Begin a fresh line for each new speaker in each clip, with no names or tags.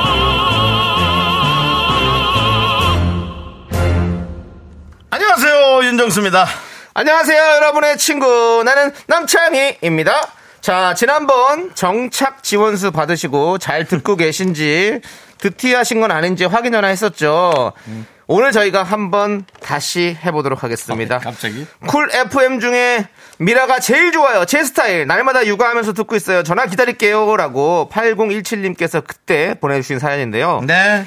안녕하세요 윤정수입니다.
안녕하세요, 여러분의 친구. 나는 남창희입니다. 자, 지난번 정착 지원수 받으시고 잘 듣고 계신지, 드티하신 건 아닌지 확인하나 했었죠.
음.
오늘 저희가 한번 다시 해보도록 하겠습니다.
아, 갑자기?
쿨 FM 중에 미라가 제일 좋아요. 제 스타일. 날마다 육아하면서 듣고 있어요. 전화 기다릴게요. 라고 8017님께서 그때 보내주신 사연인데요.
네.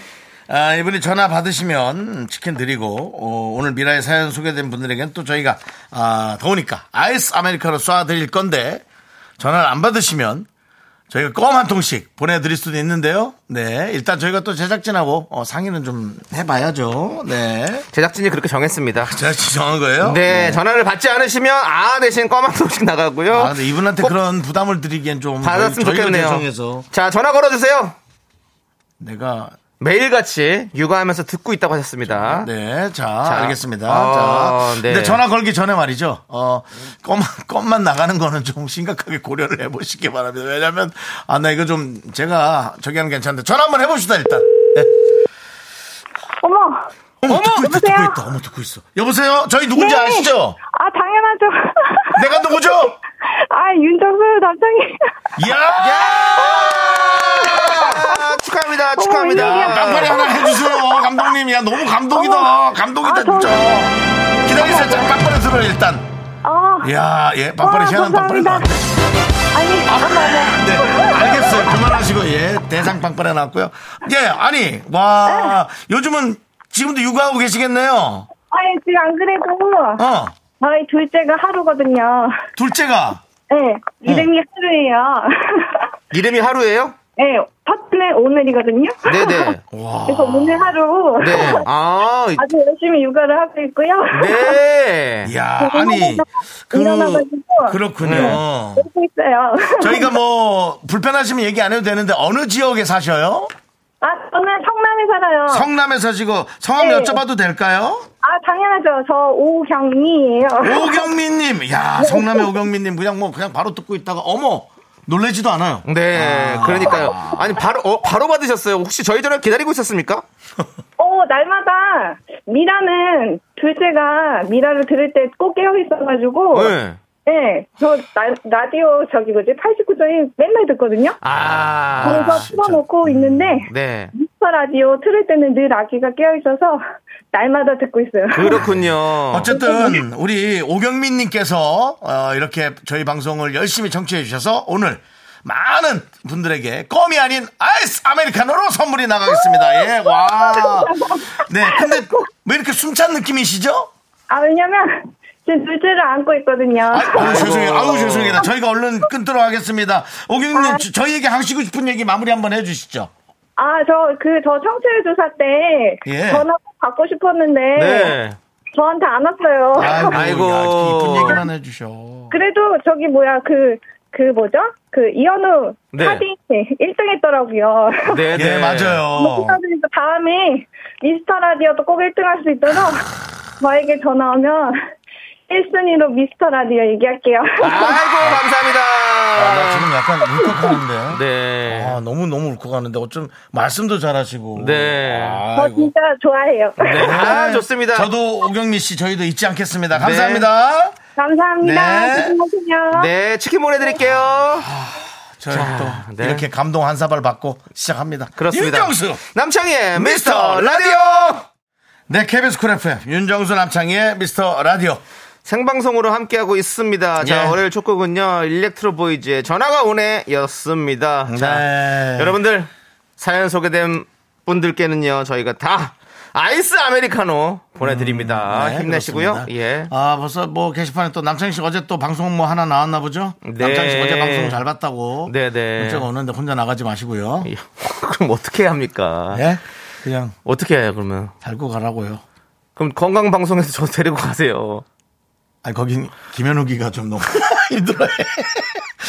아, 이분이 전화 받으시면 치킨 드리고 어, 오늘 미라의 사연 소개된 분들에겐 또 저희가 아, 더우니까 아이스 아메리카노 쏴 드릴 건데 전화를 안 받으시면 저희가 껌 한 통씩 보내드릴 수도 있는데요. 네, 일단 저희가 또 제작진하고 어, 상의는 좀 해봐야죠. 네,
제작진이 그렇게 정했습니다.
아, 제작진 정한 거예요.
네, 전화를 받지 않으시면 아 대신 껌 한 통씩 나가고요.
아, 근데 이분한테
꼭
그런 부담을 드리기엔 좀
받았으면
음, 저희- 저희가
좋겠네요.
죄송해서
자, 전화 걸어주세요.
내가
매일같이 육아하면서 듣고 있다고
아.
하셨습니다.
네, 자,
자,
알겠습니다.
아,
자,
네.
근데 전화 걸기 전에 말이죠. 어, 껌, 껌만 나가는 거는 좀 심각하게 고려를 해보시기 바랍니다. 왜냐면, 아, 나 이거 좀 제가 저기 하면 괜찮은데 전화 한번 해봅시다, 일단. 네.
어머.
어머, 듣고 있다,
여보세요?
듣고 있다, 어머, 듣고 있어. 여보세요? 저희 누군지
네.
아시죠? 네.
아, 당연하죠.
내가 누구죠?
아, 윤정수 남창희.
이야!
아, 축하합니다.
어,
축하합니다.
웬일이야.
빨리 하나 해주세요, 감독님. 야, 너무 감동이다.
어머.
감동이다,
아, 저-
진짜. 기다리세요. 자, 빵빠레 들어요, 일단.
어.
이야, 예, 빵빠레,
와,
희한한 빵빠레
감사합니다.
나왔네.
아니, 잠깐만요.
네, 알겠어요. 그만하시고, 예, 대상 빵빠레 나왔고요. 예, 아니, 와, 요즘은 지금도 육아하고 계시겠네요.
아니, 지금 안 그래도
어,
저희 둘째가 하루거든요.
둘째가.
네, 이름이 하루예요.
이름이 하루예요?
네, 파트는 오늘이거든요.
네네.
와,
그래서 오늘 하루
네. 아,
아주 열심히 육아를 하고 있고요.
네.
야, 아니, 그,
일어나가지고.
그렇군요.
하고 있어요.
저희가 뭐, 불편하시면 얘기 안 해도 되는데, 어느 지역에 사셔요?
아, 저는 성남에 살아요.
성남에 사시고, 성함
네.
여쭤봐도 될까요?
아, 당연하죠. 저 오경미예요.
오경민님, 야,
네.
성남의 오경민님, 그냥 뭐, 그냥 바로 듣고 있다가, 어머, 놀래지도 않아요.
네, 그러니까요. 아니, 바로, 어, 바로 받으셨어요. 혹시 저희 전화 기다리고 있었습니까?
어, 날마다 미라는 둘째가 미라를 들을 때 꼭 깨어 있어가지고.
네.
네, 저 라, 라디오 저기 뭐지 89.1 맨날 듣거든요.
아,
그래서 틀어놓고 있는데
네.
미스터 라디오 틀을 때는 늘 아기가 깨어 있어서 날마다 듣고 있어요.
아,
그렇군요.
어쨌든 우리 오경민님께서 어, 이렇게 저희 방송을 열심히 청취해 주셔서 오늘 많은 분들에게 껌이 아닌 아이스 아메리카노로 선물이 나가겠습니다. 예, 와. 네, 근데 왜 이렇게 숨찬 느낌이시죠?
아 왜냐면 지금 둘째를 안고 있거든요.
아유, 죄송해요. 아유, 죄송해요. 저희가 얼른 끊도록 하겠습니다. 오경민님, 저- 저희에게 하시고 싶은 얘기 마무리 한번 해주시죠.
아 저 그 저 청취율 조사 때
예.
전화 꼭 받고 싶었는데
네.
저한테 안 왔어요.
아이고. 네.
야, 이쁜 얘기만 해주셔.
그래도 저기 뭐야 그 그 뭐죠? 그 이현우
네.
하딩 1등 했더라고요.
네,
예,
네.
너무
맞아요.
축하드리고 다음에 미스터 라디오도 꼭 1등 할 수 있도록 저에게 전화 오면 1순위로 미스터 라디오 얘기할게요.
아이고,
아, 나
감사합니다.
지금 약간 울컥하는데.
네.
아, 너무 너무 울컥하는데 어쩜 말씀도 잘하시고.
네.
저
아이고.
어, 진짜 좋아해요.
네. 아, 좋습니다.
저도 오경미 씨 저희도 잊지 않겠습니다. 감사합니다.
감사합니다.
네.
조심하세요.
네, 치킨 보내드릴게요.
저희 또
네.
이렇게 감동 한 사발 받고 시작합니다.
그렇습니다.
윤정수
남창희의
미스터
미스터
라디오. 네, KBS 쿨 FM 윤정수 남창희의 미스터 라디오.
생방송으로 함께하고 있습니다. 자,
예.
월요일 첫 곡은요, 일렉트로 보이즈의 전화가 오네 였습니다. 자,
네.
여러분들, 사연 소개된 분들께는요, 저희가 다 아이스 아메리카노 보내드립니다.
네,
힘내시고요.
그렇습니다.
예.
아 벌써 뭐 게시판에 또 남창희 씨 어제 또 방송 뭐 하나 나왔나 보죠?
네.
남창희 씨 어제 방송 잘 봤다고.
네, 예. 네.
문자가 오는데 혼자 나가지 마시고요.
그럼 어떻게 합니까?
예. 그냥
어떻게 해요, 그러면?
달고 가라고요.
그럼 건강 방송에서 저 데리고 가세요.
아니 거긴 김현욱이가 좀 너무 힘들어해.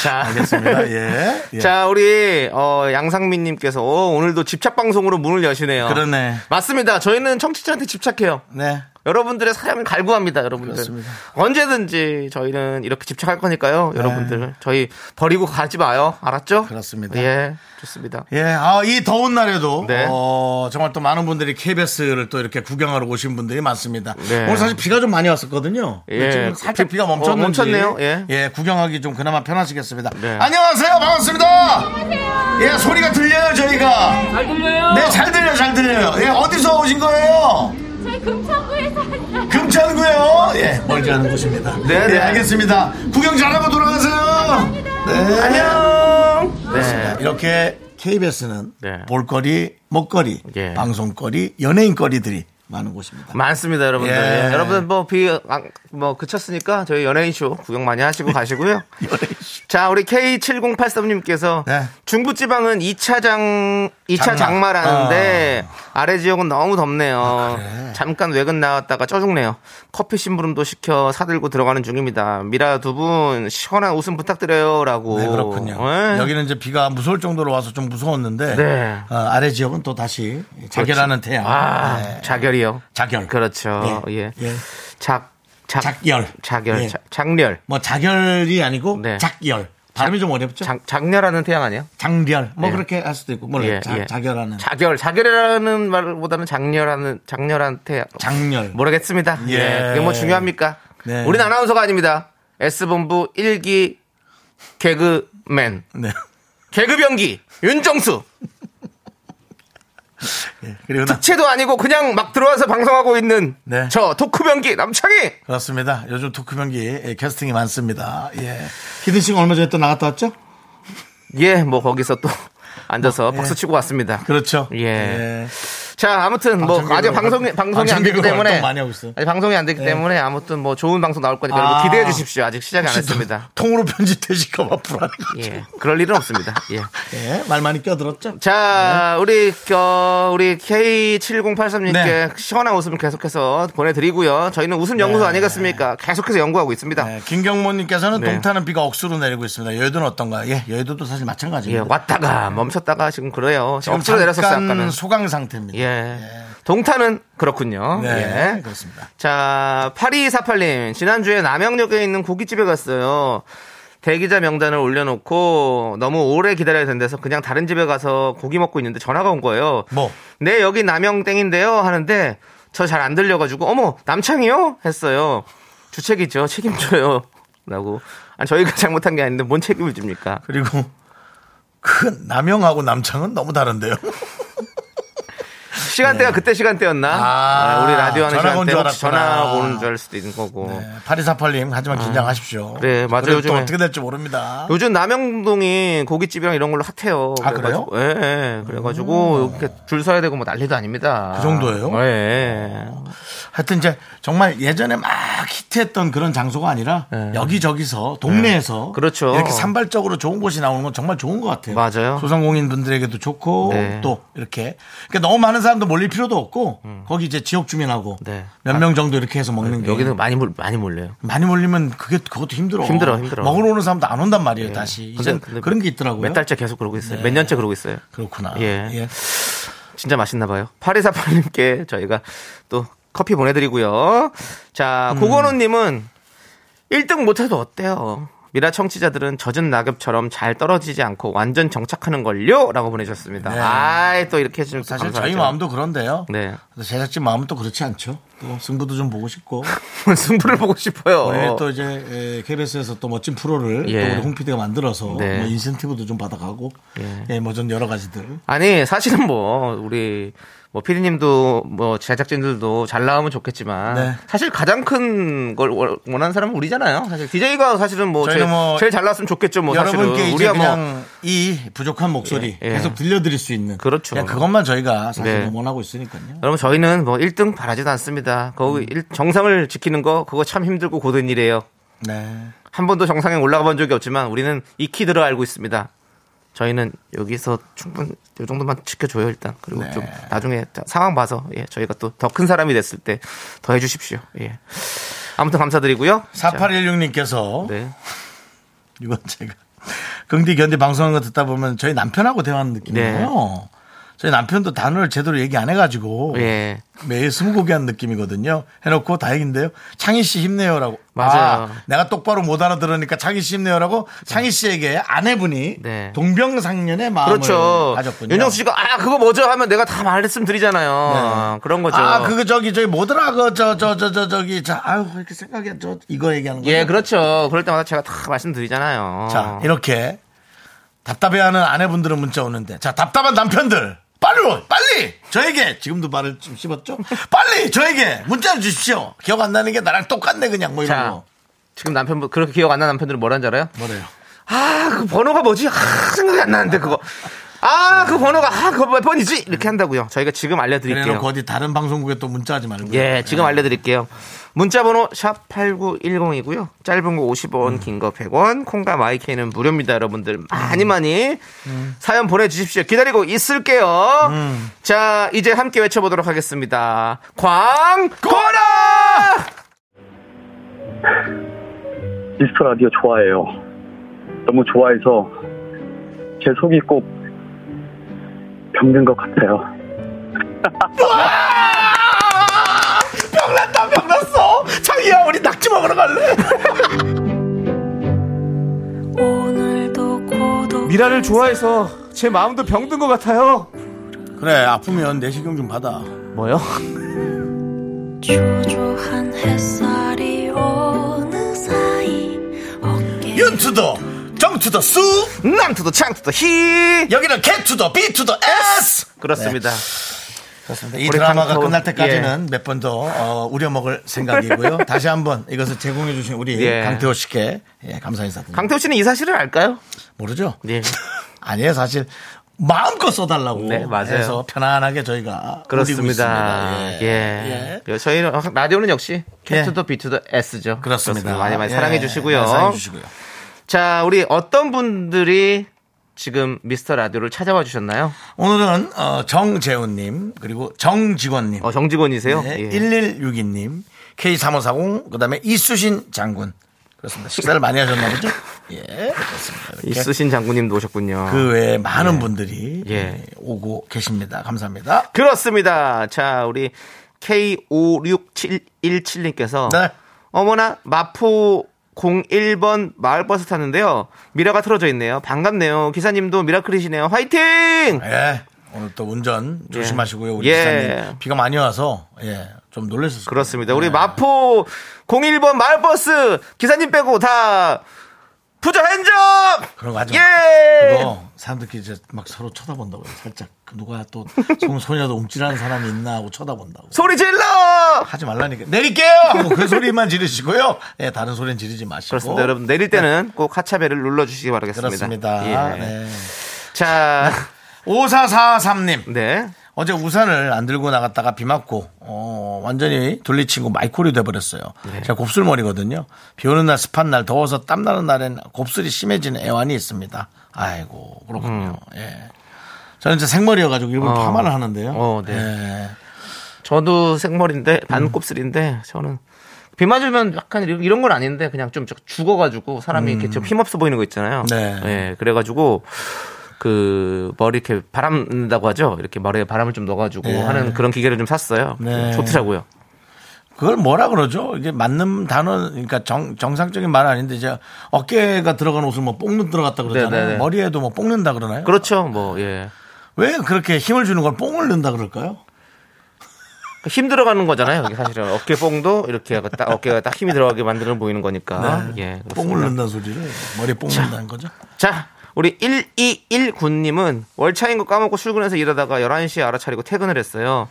자,
알겠습니다. 예. 예.
자, 우리 어, 양상민님께서 어, 오늘도 집착 방송으로 문을 여시네요.
그러네.
맞습니다. 저희는 청취자한테 집착해요.
네.
여러분들의 사랑을 갈구합니다, 여러분들.
그렇습니다.
언제든지 저희는 이렇게 집착할 거니까요, 여러분들. 저희 버리고 가지 마요. 알았죠?
네. 그렇습니다.
예, 좋습니다.
예, 아, 이 더운 날에도
네.
어, 정말 또 많은 분들이 KBS를 또 이렇게 구경하러 오신 분들이 많습니다.
네.
오늘 사실 비가 좀 많이 왔었거든요.
예.
지금 살짝
비-
비가 멈췄는지
어, 멈췄네요. 예.
구경하기 좀 그나마 편하시겠습니다.
네.
안녕하세요. 반갑습니다. 안녕하세요. 예, 소리가 들려요, 저희가. 잘 들려요? 네, 잘 들려요. 잘 들려요. 예, 어디서 오신 거예요?
저희 금천구에서 왔어요.
금천구요. 예, 멀지 않은 곳입니다.
네,
예,
네.
알겠습니다. 구경 잘하고 돌아가세요. 네.
안녕! 네.
이렇게 KBS는
네.
볼거리, 먹거리,
예.
방송거리, 연예인거리들이 많은 곳입니다.
많습니다, 여러분들.
예.
여러분, 뭐, 비, 아, 뭐, 그쳤으니까 저희 연예인쇼 구경 많이 하시고 가시고요. 자, 우리 K7083님께서
네.
중부지방은 2차장, 2차
장마. 아,
장마라는데 아래 지역은 너무 덥네요. 잠깐 외근 나왔다가 쪄죽네요. 커피 심부름도 시켜 사들고 들어가는 중입니다. 미라 두 분 시원한 웃음 부탁드려요. 라고.
네, 그렇군요.
예.
여기는 이제 비가 무서울 정도로 와서 좀 무서웠는데
네.
어, 아래 지역은 또 다시 자결하는 태양.
아,
네.
자결이요.
자결.
그렇죠.
예.
예.
예.
작, 작,
작열.
자결,
예.
자- 장렬.
뭐 자결이 아니고
네.
작열. 발음이 좀 어렵죠?
장, 장렬하는 태양 아니에요?
장렬. 뭐
예.
그렇게 할 수도 있고 그렇죠. 몰라요. 자, 자결하는
자결, 자결이라는 말보다는 장렬하는, 장렬한 태양.
장렬.
모르겠습니다. 예.
예.
그게 뭐 중요합니까?
네.
우린 아나운서가 아닙니다. S본부 1기 개그맨.
네.
개그병기. 윤정수.
네, 그리고 나-
채도 아니고 그냥 막 들어와서 방송하고 있는
네.
저 토크병기 남창희!
그렇습니다. 요즘 토크명기 예, 캐스팅이 많습니다. 예. 히든 씨가 얼마 전에 또 나갔다 왔죠?
예, 뭐 거기서 또 앉아서 박수
예.
치고 왔습니다.
그렇죠.
예. 자, 아무튼 뭐
방청객으로
아직 방송이
활동-
방송이 안 되기
방청객으로
때문에
활동 많이 하고 있어요. 네.
아직 방송이 안 되기 때문에 아무튼 뭐 좋은 방송 나올 거니까
아.
여러분 기대해 주십시오. 아직 시작이 안
혹시 또
했습니다.
통으로 편집되실까봐 불안해가지고.
예. 그럴 일은 없습니다. 예.
예, 말 많이 껴들었죠?
자, 우리 어, 우리 K7083님께
네.
시원한 웃음을 계속해서 보내 드리고요. 저희는 웃음 연구소
네.
아니겠습니까? 계속해서 연구하고 있습니다.
네, 김경모님께서는
네.
동탄은 비가 억수로 내리고 있습니다. 여의도는 어떤가요? 예, 여의도도 사실
예,
마찬가지입니다.
왔다가 멈췄다가 지금 그래요.
지금
억지로 내렸었어요, 아까는.
잠깐 소강 상태입니다.
예. 동탄은 그렇군요.
네,
예.
그렇습니다.
자, 8248님. 지난주에 남양역에 있는 고깃집에 갔어요. 대기자 명단을 올려놓고 너무 오래 기다려야 된대서 그냥 다른 집에 가서 고기 먹고 있는데 전화가 온 거예요.
뭐?
네, 여기 남영땡인데요. 하는데 저 잘 안 들려가지고, 어머, 남창이요? 했어요. 주책이죠. 책임져요. 라고. 아니, 저희가 잘못한 게 아닌데 뭔 책임을 집니까?
그리고 그 남영하고 남창은 너무 다른데요.
어. 시간대가 그때 시간대였나?
네. 아,
네, 우리 라디오 하는
전화가 온줄
시간대 혹시
알았구나.
전화 오는 줄 알 수도 있는 거고.
네, 8248님, 하지만 긴장하십시오.
네, 맞아요,
그래도 또
요즘에.
어떻게 될지 모릅니다.
아? 요즘 남영동이 고깃집이랑 이런 걸로 핫해요.
아, 음.
그래가지고- 예, 예. 그래가지고 이렇게 줄 서야 되고 뭐 난리도 아닙니다.
그 정도예요? 아,
예, 예.
하여튼 이제 정말 예전에 막 히트했던 그런 장소가 아니라 여기저기서 동네에서
네. 그렇죠.
이렇게 산발적으로 좋은 곳이 나오는 건 정말 좋은 것 같아요.
맞아요.
소상공인 분들에게도 좋고
네.
또 이렇게 그러니까 너무 많은 사람도 몰릴 필요도 없고 거기 이제 지역 주민하고
음. 네.
몇 명 정도 이렇게 해서 먹는 게
여기는 많이 몰 많이 몰려요.
많이 몰리면 그게 그것도 힘들어.
힘들어, 힘들어. 네.
먹으러 오는 사람도 안 온단 말이에요. 다시
근데-
이제
근데
그런 게 있더라고요. 네.
몇 달째 계속 그러고 있어요. 몇 년째 그러고 있어요.
그렇구나.
예. 진짜 맛있나 봐요. 8248님께 저희가 또 커피 보내드리고요. 자,
음.
고건우님은 1등 못해도 어때요? 미라 청취자들은 젖은 낙엽처럼 잘 떨어지지 않고 완전 정착하는 걸요? 라고 보내주셨습니다.
네.
아이, 또 이렇게 해주면
사실 저희 마음도 그런데요.
네.
근데 제작진 마음은 또 그렇지 않죠. 또 승부도 좀 보고 싶고
뭐 승부를 보고 싶어요. 네,
오늘 또 이제 KBS에서 또 멋진 프로를
예.
또 우리 홍피디가 만들어서
네.
뭐 인센티브도 좀 받아가고
예.
예, 뭐좀 여러 가지들
아니, 사실은 뭐, 우리, 뭐, 피디님도, 뭐, 제작진들도 잘 나오면 좋겠지만,
네.
사실 가장 큰 걸 원하는 사람은 우리잖아요. 사실 DJ가 사실은 뭐,
저희는
제일,
뭐
제일 잘 나왔으면 좋겠죠. 뭐,
여러분께
사실은.
이제
우리야 뭐,
그냥 이 부족한 목소리
예, 예.
계속 들려드릴 수 있는
그렇죠.
그냥 그것만 저희가 사실
네.
은 원하고 있으니까요.
여러분, 저희는 뭐, 1등 바라지도 않습니다. 거기
음.
일- 정상을 지키는 거, 그거 참 힘들고 고된 일이에요.
네.
한 번도 정상에 올라가 본 적이 없지만, 우리는 익히 들어 알고 있습니다. 저희는 여기서 충분 이 정도만 지켜줘요 일단 그리고
네.
좀 나중에 다- 상황 봐서 예, 저희가 또 더 큰 사람이 됐을 때 더 해주십시오. 예. 아무튼 감사드리고요. 자,
4816님께서
네.
이건 제가 긍디 견디 방송하는 거 듣다 보면 저희 남편하고 대화하는 느낌이에요. 저희 남편도 단어를 제대로 얘기 안 해가지고
네. 예.
매일 스무고개한 느낌이거든요. 해놓고 다행인데요. 창희 씨 힘내요라고.
맞아요.
아, 내가 똑바로 못 알아들으니까 창희 씨 힘내요라고 창희 씨에게 아내분이
네.
동병상련의 마음을
그렇죠.
가졌군요.
윤정수 씨가 아 그거 뭐죠 하면 내가 다 말했으면 드리잖아요. 아, 그런 거죠.
아, 그거 저기 저기 뭐더라 그저저 저 저 저기 자 아유 이렇게 생각이 안- 저 이거 얘기하는 거죠.
예, 그렇죠. 어. 그럴 때마다 제가 다 말씀드리잖아요.
자 이렇게 답답해하는 아내분들은 문자 오는데 자 답답한 남편들 빨리 와, 빨리 저에게 지금도 말을 좀 씹었죠 빨리 저에게 문자를 주십시오 기억 안 나는 게 나랑 똑같네 그냥 뭐 이런
자,
거
지금 남편분 그렇게 기억 안 나는 남편들은 뭐라는 줄 알아요?
뭐래요
아, 그 번호가 뭐지? 아, 생각이 안 나는데 그거. 아, 그 번호가 아, 그거 몇 번이지? 이렇게 한다고요. 저희가 지금 알려 드릴게요.
그래놓고 어디 다른 방송국에 또 문자하지 말고
예, 지금 알려드릴게요. 문자번호 샵 8910이고요. 짧은 거 50원, 긴 거 100원, 콩과 마이케이는 무료입니다, 여러분들. 많이 많이 사연 보내주십시오. 기다리고 있을게요. 자, 이제 함께 외쳐보도록 하겠습니다. 광고라!
미스터 라디오 좋아해요. 너무 좋아해서 제 속이 꼭 병든 것 같아요.
병났다 병났어 창희야 우리 낙지 먹으러 갈래
미라를 좋아해서 제 마음도 병든 것 같아요.
그래 아프면 내시경 좀 받아
뭐요?
조조한 햇살이 어느사이 어깨
윤투더 정투더 수
남투도 창투도 히!
여기는 개투더 비투더 S
그렇습니다.
네. 그렇습니다. 이
우리 예.
드라마가
강토-
끝날 때까지는 몇 번 더 어, 우려먹을 생각이고요. 다시 한번 이것을 제공해주신 우리
예.
강태호 씨께 예, 감사 인사드립니다.
강태호 씨는 이 사실을 알까요?
모르죠?
네.
아니에요, 사실. 마음껏 써달라고
네, 맞아요.
해서 편안하게 저희가 누리고
그렇습니다.
있습니다.
예. 예. 저희는 라디오는 역시
예.
캐투더 비투더 S죠.
그렇습니다.
많이 많이
예,
사랑해 주시고요.
많이 사랑해 주시고요.
자, 우리 어떤 분들이 지금 미스터 라디오를 찾아와 주셨나요?
오늘은 어, 정재훈님 그리고 정직원님
어, 정직원이세요?
네,
예.
1162님, K3540, 그 다음에 이수신 장군. 그렇습니다. 식사를 많이 하셨나 보죠? 예, 그렇습니다. 이렇게
있으신 장군님도 오셨군요.
그 외에 많은 분들이
예.
오고 계십니다. 감사합니다.
그렇습니다. 자, 우리 K56717님께서
네.
어머나 마포 01번 마을버스 탔는데요. 미라가 틀어져 있네요. 반갑네요. 기사님도 미라클이시네요. 화이팅!
예. 오늘 또 운전 조심하시고요. 우리
예.
기사님 비가 많이 와서 예. 좀 놀랐었어요.
그렇습니다.
네.
우리 마포 01번 마을버스 기사님 빼고 다 부자 핸접!
그런 거 하지 마.
예!
그거 사람들끼리 이제 막 서로 쳐다본다고요. 살짝 그 누가 또 소- 소녀도 움찔하는 사람이 있나 하고 쳐다본다고.
소리 질러!
하지 말라니까. 내릴게요! 하고 그 소리만 지르시고요. 예, 다른 소리는 지르지 마시고.
그렇습니다. 여러분 내릴 때는 꼭 하차벨을 눌러주시기 바라겠습니다.
어? 네. 그렇습니다.
예.
네.
자,
5443님.
네.
어제 우산을 안 들고 나갔다가 비 맞고 어, 완전히 둘리치고 마이콜이 돼버렸어요.
네.
제가 곱슬머리거든요. 비 오는 날 습한 날 더워서 땀 나는 날엔 곱슬이 심해지는 애환이 있습니다. 아이고 그렇군요. 예. 저는 이제 생머리여가지고 일부러
음. 어.
파마를 하는데요.
어,
예.
저도 생머리인데
음.
반곱슬인데 저는 비 맞으면 약간 이런 이런 건 아닌데 그냥 좀 죽어가지고 사람이 이렇게 좀 힘없어 보이는 거 있잖아요.
음. 네.
예, 그래가지고 그 머리 이렇게 바람 는다고 하죠. 이렇게 머리에 바람을 좀 넣어가지고 하는 그런 기계를 좀 샀어요.
네.
좋더라고요.
그걸 뭐라 그러죠? 이게 맞는 단어, 그러니까 정, 정상적인 말은 아닌데 이제 어깨가 들어간 옷을 뭐 뽕는 들어갔다 그러잖아요.
네네네.
머리에도 뭐 뽕는다 그러나요?
그렇죠. 뭐 예.
왜 그렇게 힘을 주는 걸 뽕을 넣는다 그럴까요?
그러니까 힘 들어가는 거잖아요. 이게 사실은 어깨 뽕도 이렇게 하고 딱 어깨가 딱 힘이 들어가게 만들어 보이는 거니까.
네.
예. 그렇습니다.
뽕을 넣는다는 소리를 머리에 뽕 넣는다는 거죠?
자, 우리 1219님은 월차인 거 까먹고 출근해서 일하다가 11시에 알아차리고 퇴근을 했어요.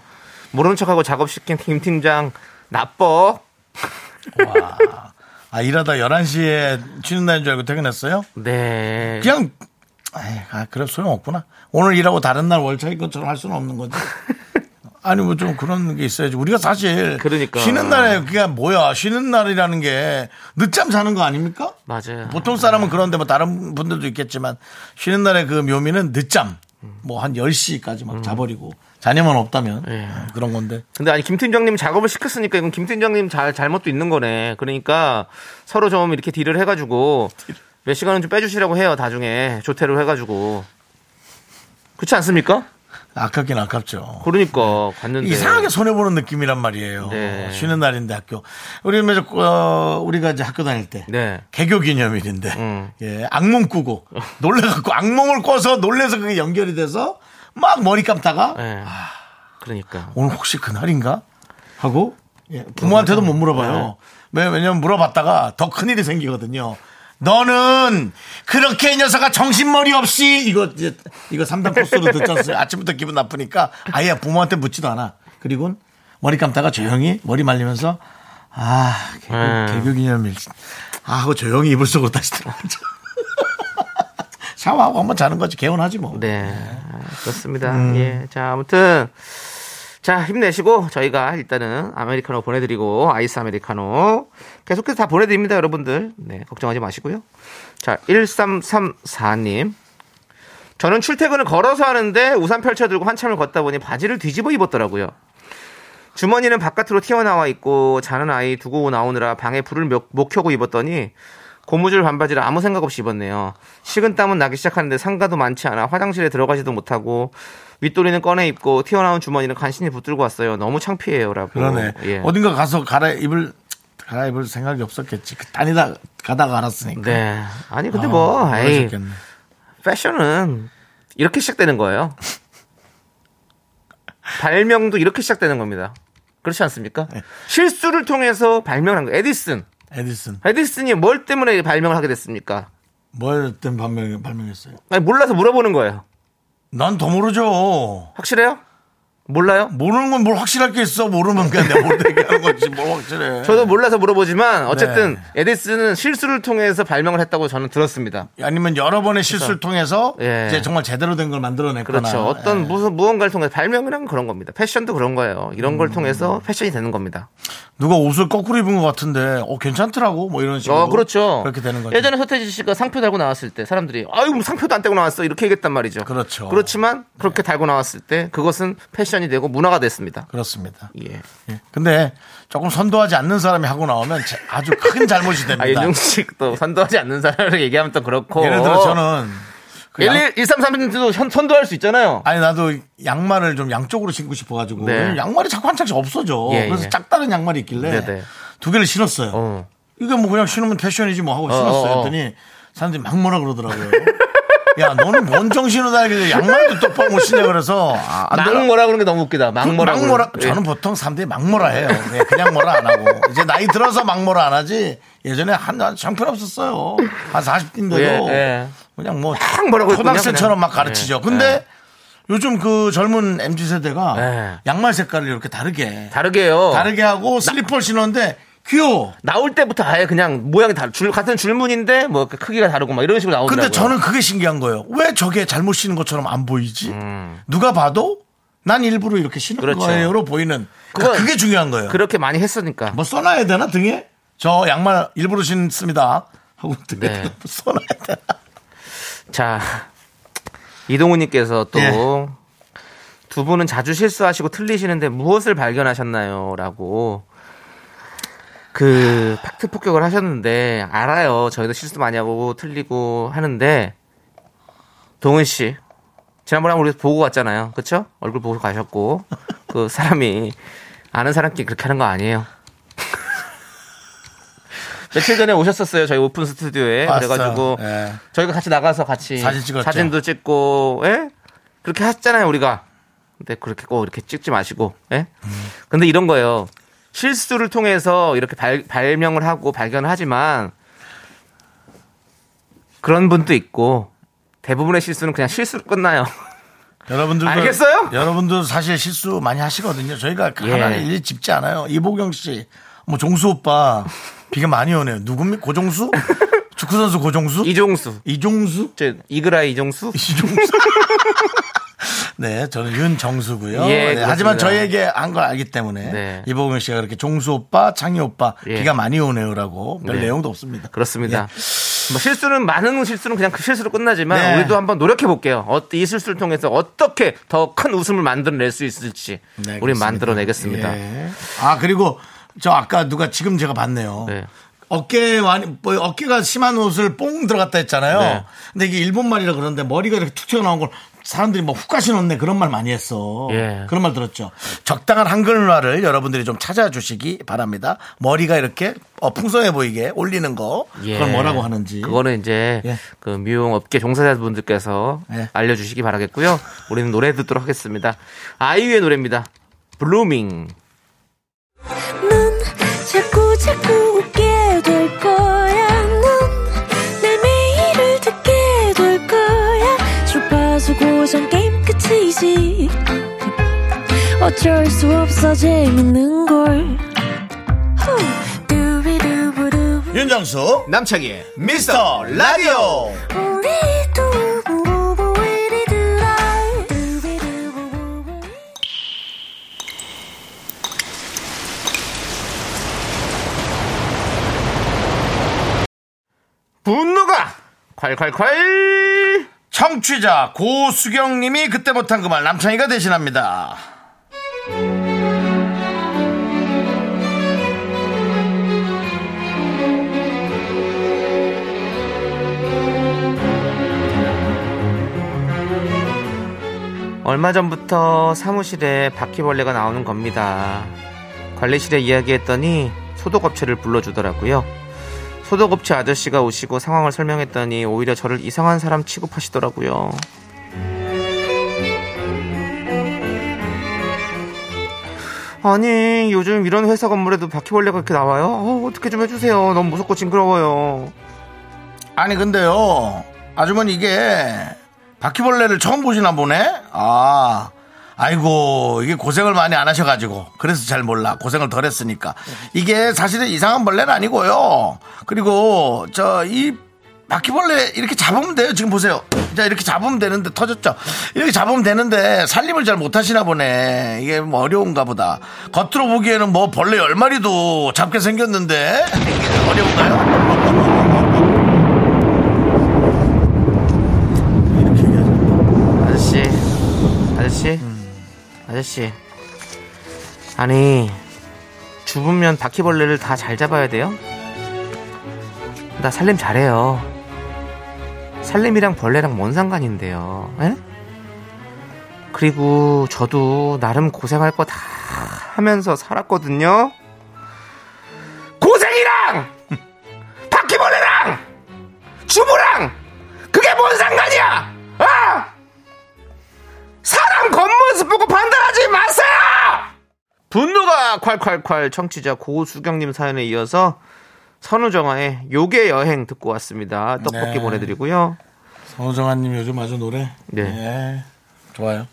모르는 척하고 작업시킨 김 팀장 나빠.
아, 일하다 11시에 쉬는 날인 줄 알고 퇴근했어요?
네.
그냥, 에이, 아, 그래, 소용없구나. 오늘 일하고 다른 날 월차인 것처럼 할 수는 없는 거지. 아니 뭐 좀 그런 게 있어야지. 우리가 사실
그러니까.
쉬는 날에 그게 뭐야? 쉬는 날이라는 게 늦잠 자는 거 아닙니까?
맞아요.
보통 사람은 그런데 뭐 다른 분들도 있겠지만 쉬는 날에 그 묘미는 늦잠 뭐 한 10시까지 막 자버리고 자녀만 없다면
음. 예.
어, 그런 건데
근데 아니 김팀장님 작업을 시켰으니까 이건 김팀장님 잘 잘못도 있는 거네. 그러니까 서로 좀 이렇게 딜을 해가지고 몇 시간은 좀 빼주시라고 해요. 나중에 조퇴를 해가지고 그렇지 않습니까?
아깝긴 아깝죠.
그러니까 갔는데
네. 이상하게 손해 보는 느낌이란 말이에요.
네.
쉬는 날인데 학교. 우리 매주 어, 우리가 이제 학교 다닐 때
네.
개교 기념일인데
음.
예, 악몽 꾸고 놀래갖고 악몽을 꿔서 놀래서 그게 연결이 돼서 막 머리 감다가
예. 그러니까
오늘 혹시 그날인가 하고 예, 부모한테도 못 물어봐요. 왜 왜냐면 물어봤다가 더 큰 일이 생기거든요. 너는 그렇게 이 녀석아 정신머리 없이 이거 이제 이거 3단 코스로 듣잖아요. 아침부터 기분 나쁘니까 아예 부모한테 묻지도 않아. 그리고 머리 감다가 조용히 머리 말리면서 아 개교,
네.
개교 기념일 아 하고 조용히 이불 속으로 다시 들어가죠. 샤워하고 한번 자는 거지 개운하지 뭐.
네, 그렇습니다. 예, 자 아무튼 자 힘내시고 저희가 일단은 아메리카노 보내드리고 아이스 아메리카노 계속해서 다 보내드립니다, 여러분들. 네, 걱정하지 마시고요. 자 1334님. 저는 출퇴근을 걸어서 하는데 우산 펼쳐 들고 한참을 걷다 보니 바지를 뒤집어 입었더라고요. 주머니는 바깥으로 튀어나와 있고 자는 아이 두고 나오느라 방에 불을 몇- 못 켜고 입었더니 고무줄 반바지를 아무 생각 없이 입었네요. 식은땀은 나기 시작하는데 상가도 많지 않아 화장실에 들어가지도 못하고 윗도리는 꺼내 입고 튀어나온 주머니는 간신히 붙들고 왔어요. 너무 창피해요라고.
그러네.
예.
어딘가 가서 갈아입을 갈아입을 생각이 없었겠지. 그 다니다 가다가 알았으니까.
네. 아니 근데 뭐
아,
아이,
그러셨겠네.
패션은 이렇게 시작되는 거예요. 발명도 이렇게 시작되는 겁니다. 그렇지 않습니까?
네.
실수를 통해서 발명한 거예요. 에디슨.
에디슨
에디슨이 뭘 때문에 발명을 하게 됐습니까?
뭐였던 발명 발명했어요.
아니, 몰라서 물어보는 거예요.
난 더 모르죠.
확실해요? 몰라요?
모르는 건 뭘 확실할 게 있어. 모르면 그냥 내가 모르다 얘기하는 거지. 뭘 확실해.
저도 뭐 몰라서 물어보지만 어쨌든
네.
에디슨은 실수를 통해서 발명을 했다고 저는 들었습니다.
예, 아니면 여러 번의 실수를 통해서
예.
이제 정말 제대로 된 걸 만들어냈거나.
그렇죠. 어떤
예.
무슨 무언가를 통해서 발명이란 그런 겁니다. 패션도 그런 거예요. 이런
음.
걸 통해서 패션이 되는 겁니다.
예. 누가 옷을 거꾸로 입은 것 같은데 어 괜찮더라고 뭐 이런 식으로.
어, 그렇죠.
그렇게 되는 거죠.
예전에 서태지 씨가 상표 달고 나왔을 때 사람들이 아유 뭐 상표도 안 떼고 나왔어 이렇게 얘기했단 말이죠.
그렇죠.
그렇지만 그렇게 달고 나왔을 때 그것은 패션이 되고 문화가 됐습니다.
그렇습니다.
예.
예. 근데 조금 선도하지 않는 사람이 하고 나오면 자- 아주 큰 잘못이 됩니다.
아, 윤종식 또 선도하지 않는 사람을 얘기하면 또 그렇고.
음, 예를 들어 저는 그 양-
1 1 3 3도 선도할 수 있잖아요.
아니 나도 양말을 좀 양쪽으로 신고 싶어가지고
네.
왜냐면 양말이 자꾸 한 짝씩 없어져.
예,
그래서
예.
짝다른 양말이 있길래
네, 네.
두 개를 신었어요.
어.
이거 뭐 그냥 신으면 패션이지 뭐 하고 신었어요.
어, 어.
했더니 사람들이 막 뭐라 그러더라고요. 야 너는 뭔 정신으로 다니길래 양말도 똑바로 못 신냐 그래서 아, 안 되나?
막모라 그러는 게 너무 웃기다. 막모라. 예.
막모라, 저는 보통 사람들이 막모라 해요. 예, 그냥 뭐라 안 하고. 이제 나이 들어서 막모라 안 하지. 예전에 한, 한 장편 없었어요. 한 40대인데도.
예, 예.
그냥 뭐.
막 뭐라고 했군요,
초등학생처럼
그냥.
막 가르치죠.
예,
근데 요즘 그 젊은 MZ 세대가
예.
양말 색깔을 이렇게 다르게.
다르게요.
다르게 하고 슬리퍼를 신었는데 귀여워.
나올 때부터 아예 그냥 모양이 다 줄, 같은 줄무늬인데 뭐 크기가 다르고 막 이런 식으로 나오더라고요.
근데 저는 그게 신기한 거예요. 왜 저게 잘못 신은 것처럼 안 보이지? 누가 봐도 난 일부러 이렇게 신은
음. 그렇죠.
거예요로 보이는. 그러
그건-
그게 중요한 거예요.
그렇게 많이 했으니까.
뭐 써놔야 되나 등에? 저 양말 일부러 신습니다. 하고 등에
네.
써놔야 되나?
자, 이동우님께서 또,
예.
두 분은 자주 실수하시고 틀리시는데 무엇을 발견하셨나요? 라고, 그, 팩트 폭격을 하셨는데, 알아요. 저희도 실수 많이 하고 틀리고 하는데, 동훈씨, 지난번에 한번 우리 보고 갔잖아요. 그쵸? 얼굴 보고 가셨고, 그 사람이, 아는 사람끼리 그렇게 하는 거 아니에요. 며칠 전에 오셨었어요. 저희 오픈 스튜디오에.
봤어요.
네, 그래가지고,
예.
저희가 같이 나가서 같이
사진 찍었죠.
도 찍고 예? 그렇게 했잖아요 우리가 근데 그렇게 꼭 이렇게 찍지 마시고 예? 근데 이런 거예요 실수를 통해서 이렇게 발, 발명을 하고 발견을 하지만 그런 분도 있고 대부분의 실수는 그냥 실수로 끝나요
여러분들도
알겠어요? 예.
여러분도 사실 실수 많이 하시거든요. 저희가 하나를 일일이 짚지 않아요. 이보경 씨, 뭐 종수 오빠 비가 많이 오네요. 누굽니까? 고종수? 축구 선수 고종수?
이종수
이종수?
저 이그라의 이종수
이종수? 네, 저는 윤정수고요.
예,
네,
그렇습니다.
하지만 저에게 한 걸 알기 때문에
네.
이보경 씨가 그렇게 종수 오빠, 창희 오빠
예.
비가 많이 오네요라고 별
네.
내용도 없습니다.
그렇습니다. 뭐 실수는 많은 실수는 그냥 그 실수로 끝나지만
네.
우리도 한번 노력해 볼게요. 어, 이 실수를 통해서 어떻게 더 큰 웃음을 만들어낼 수 있을지
네,
우리
그렇습니다.
만들어내겠습니다.
예. 아 그리고 저 아까 누가 지금 제가 봤네요.
네.
어깨 완 뭐, 어깨가 심한 옷을 뽕 들어갔다 했잖아요.
네.
근데 이게 일본 말이라 그런데 머리가 이렇게 툭 튀어나온 걸 사람들이 뭐 후까지 넣네 그런 말 많이 했어.
예.
그런 말 들었죠. 적당한 한글화를 여러분들이 좀 찾아주시기 바랍니다. 머리가 이렇게 어, 풍성해 보이게 올리는 거
예.
그걸 뭐라고 하는지.
그거는 이제
예.
그 미용 업계 종사자분들께서
예.
알려주시기 바라겠고요. 우리는 노래 듣도록 하겠습니다. 아이유의 노래입니다. 블루밍.
넌 자꾸 자꾸 웃게 될 거야. 넌내 매일을 듣게 될 거야. 주파수 고정 게임 끝이지. 어쩔 수 없어 재밌는 걸. 후. 두비두부두.
윤정수 남창희 미스터 라디오.
우리 두부부부 우리 두라. 두비두부부부.
분노가 콸콸콸
청취자 고수경님이 그때 못한 그 말 남창희가 대신합니다.
얼마 전부터 사무실에 바퀴벌레가 나오는 겁니다. 관리실에 이야기했더니 소독업체를 불러주더라고요. 소독업체 아저씨가 오시고 상황을 설명했더니 오히려 저를 이상한 사람 취급하시더라고요. 아니 요즘 이런 회사 건물에도 바퀴벌레가 이렇게 나와요? 어, 어떻게 좀 해주세요. 너무 무섭고 징그러워요.
아니 근데요 아주머니 이게 바퀴벌레를 처음 보시나 보네 아 아이고 이게 고생을 많이 안 하셔가지고 그래서 잘 몰라 고생을 덜 했으니까 이게 사실은 이상한 벌레는 아니고요 그리고 저 이 바퀴벌레 이렇게 잡으면 돼요 지금 보세요 자 이렇게 잡으면 되는데 터졌죠 이렇게 잡으면 되는데 살림을 잘 못하시나 보네 이게 뭐 어려운가 보다 겉으로 보기에는 뭐 벌레 열 마리도 잡게 생겼는데 이게 어려운가요?
아저씨, 아저씨, 아저씨. 아니, 죽으면 바퀴벌레를 다 잘 잡아야 돼요? 나 살림 잘해요. 살림이랑 벌레랑 뭔 상관인데요? 에? 그리고 저도 나름 고생할 거 다 하면서 살았거든요? 고생이랑! 바퀴벌레랑! 주부랑! 그게 뭔 상관이야! 아! 사람 겉모습 보고 판단하지 마세요! 분노가 콸콸콸 청취자 고수경님 사연에 이어서 선우정아의 요괴 여행 듣고 왔습니다. 떡볶이
네.
보내드리고요.
선우정아님 요즘 아주 노래.
네.
예, 좋아요.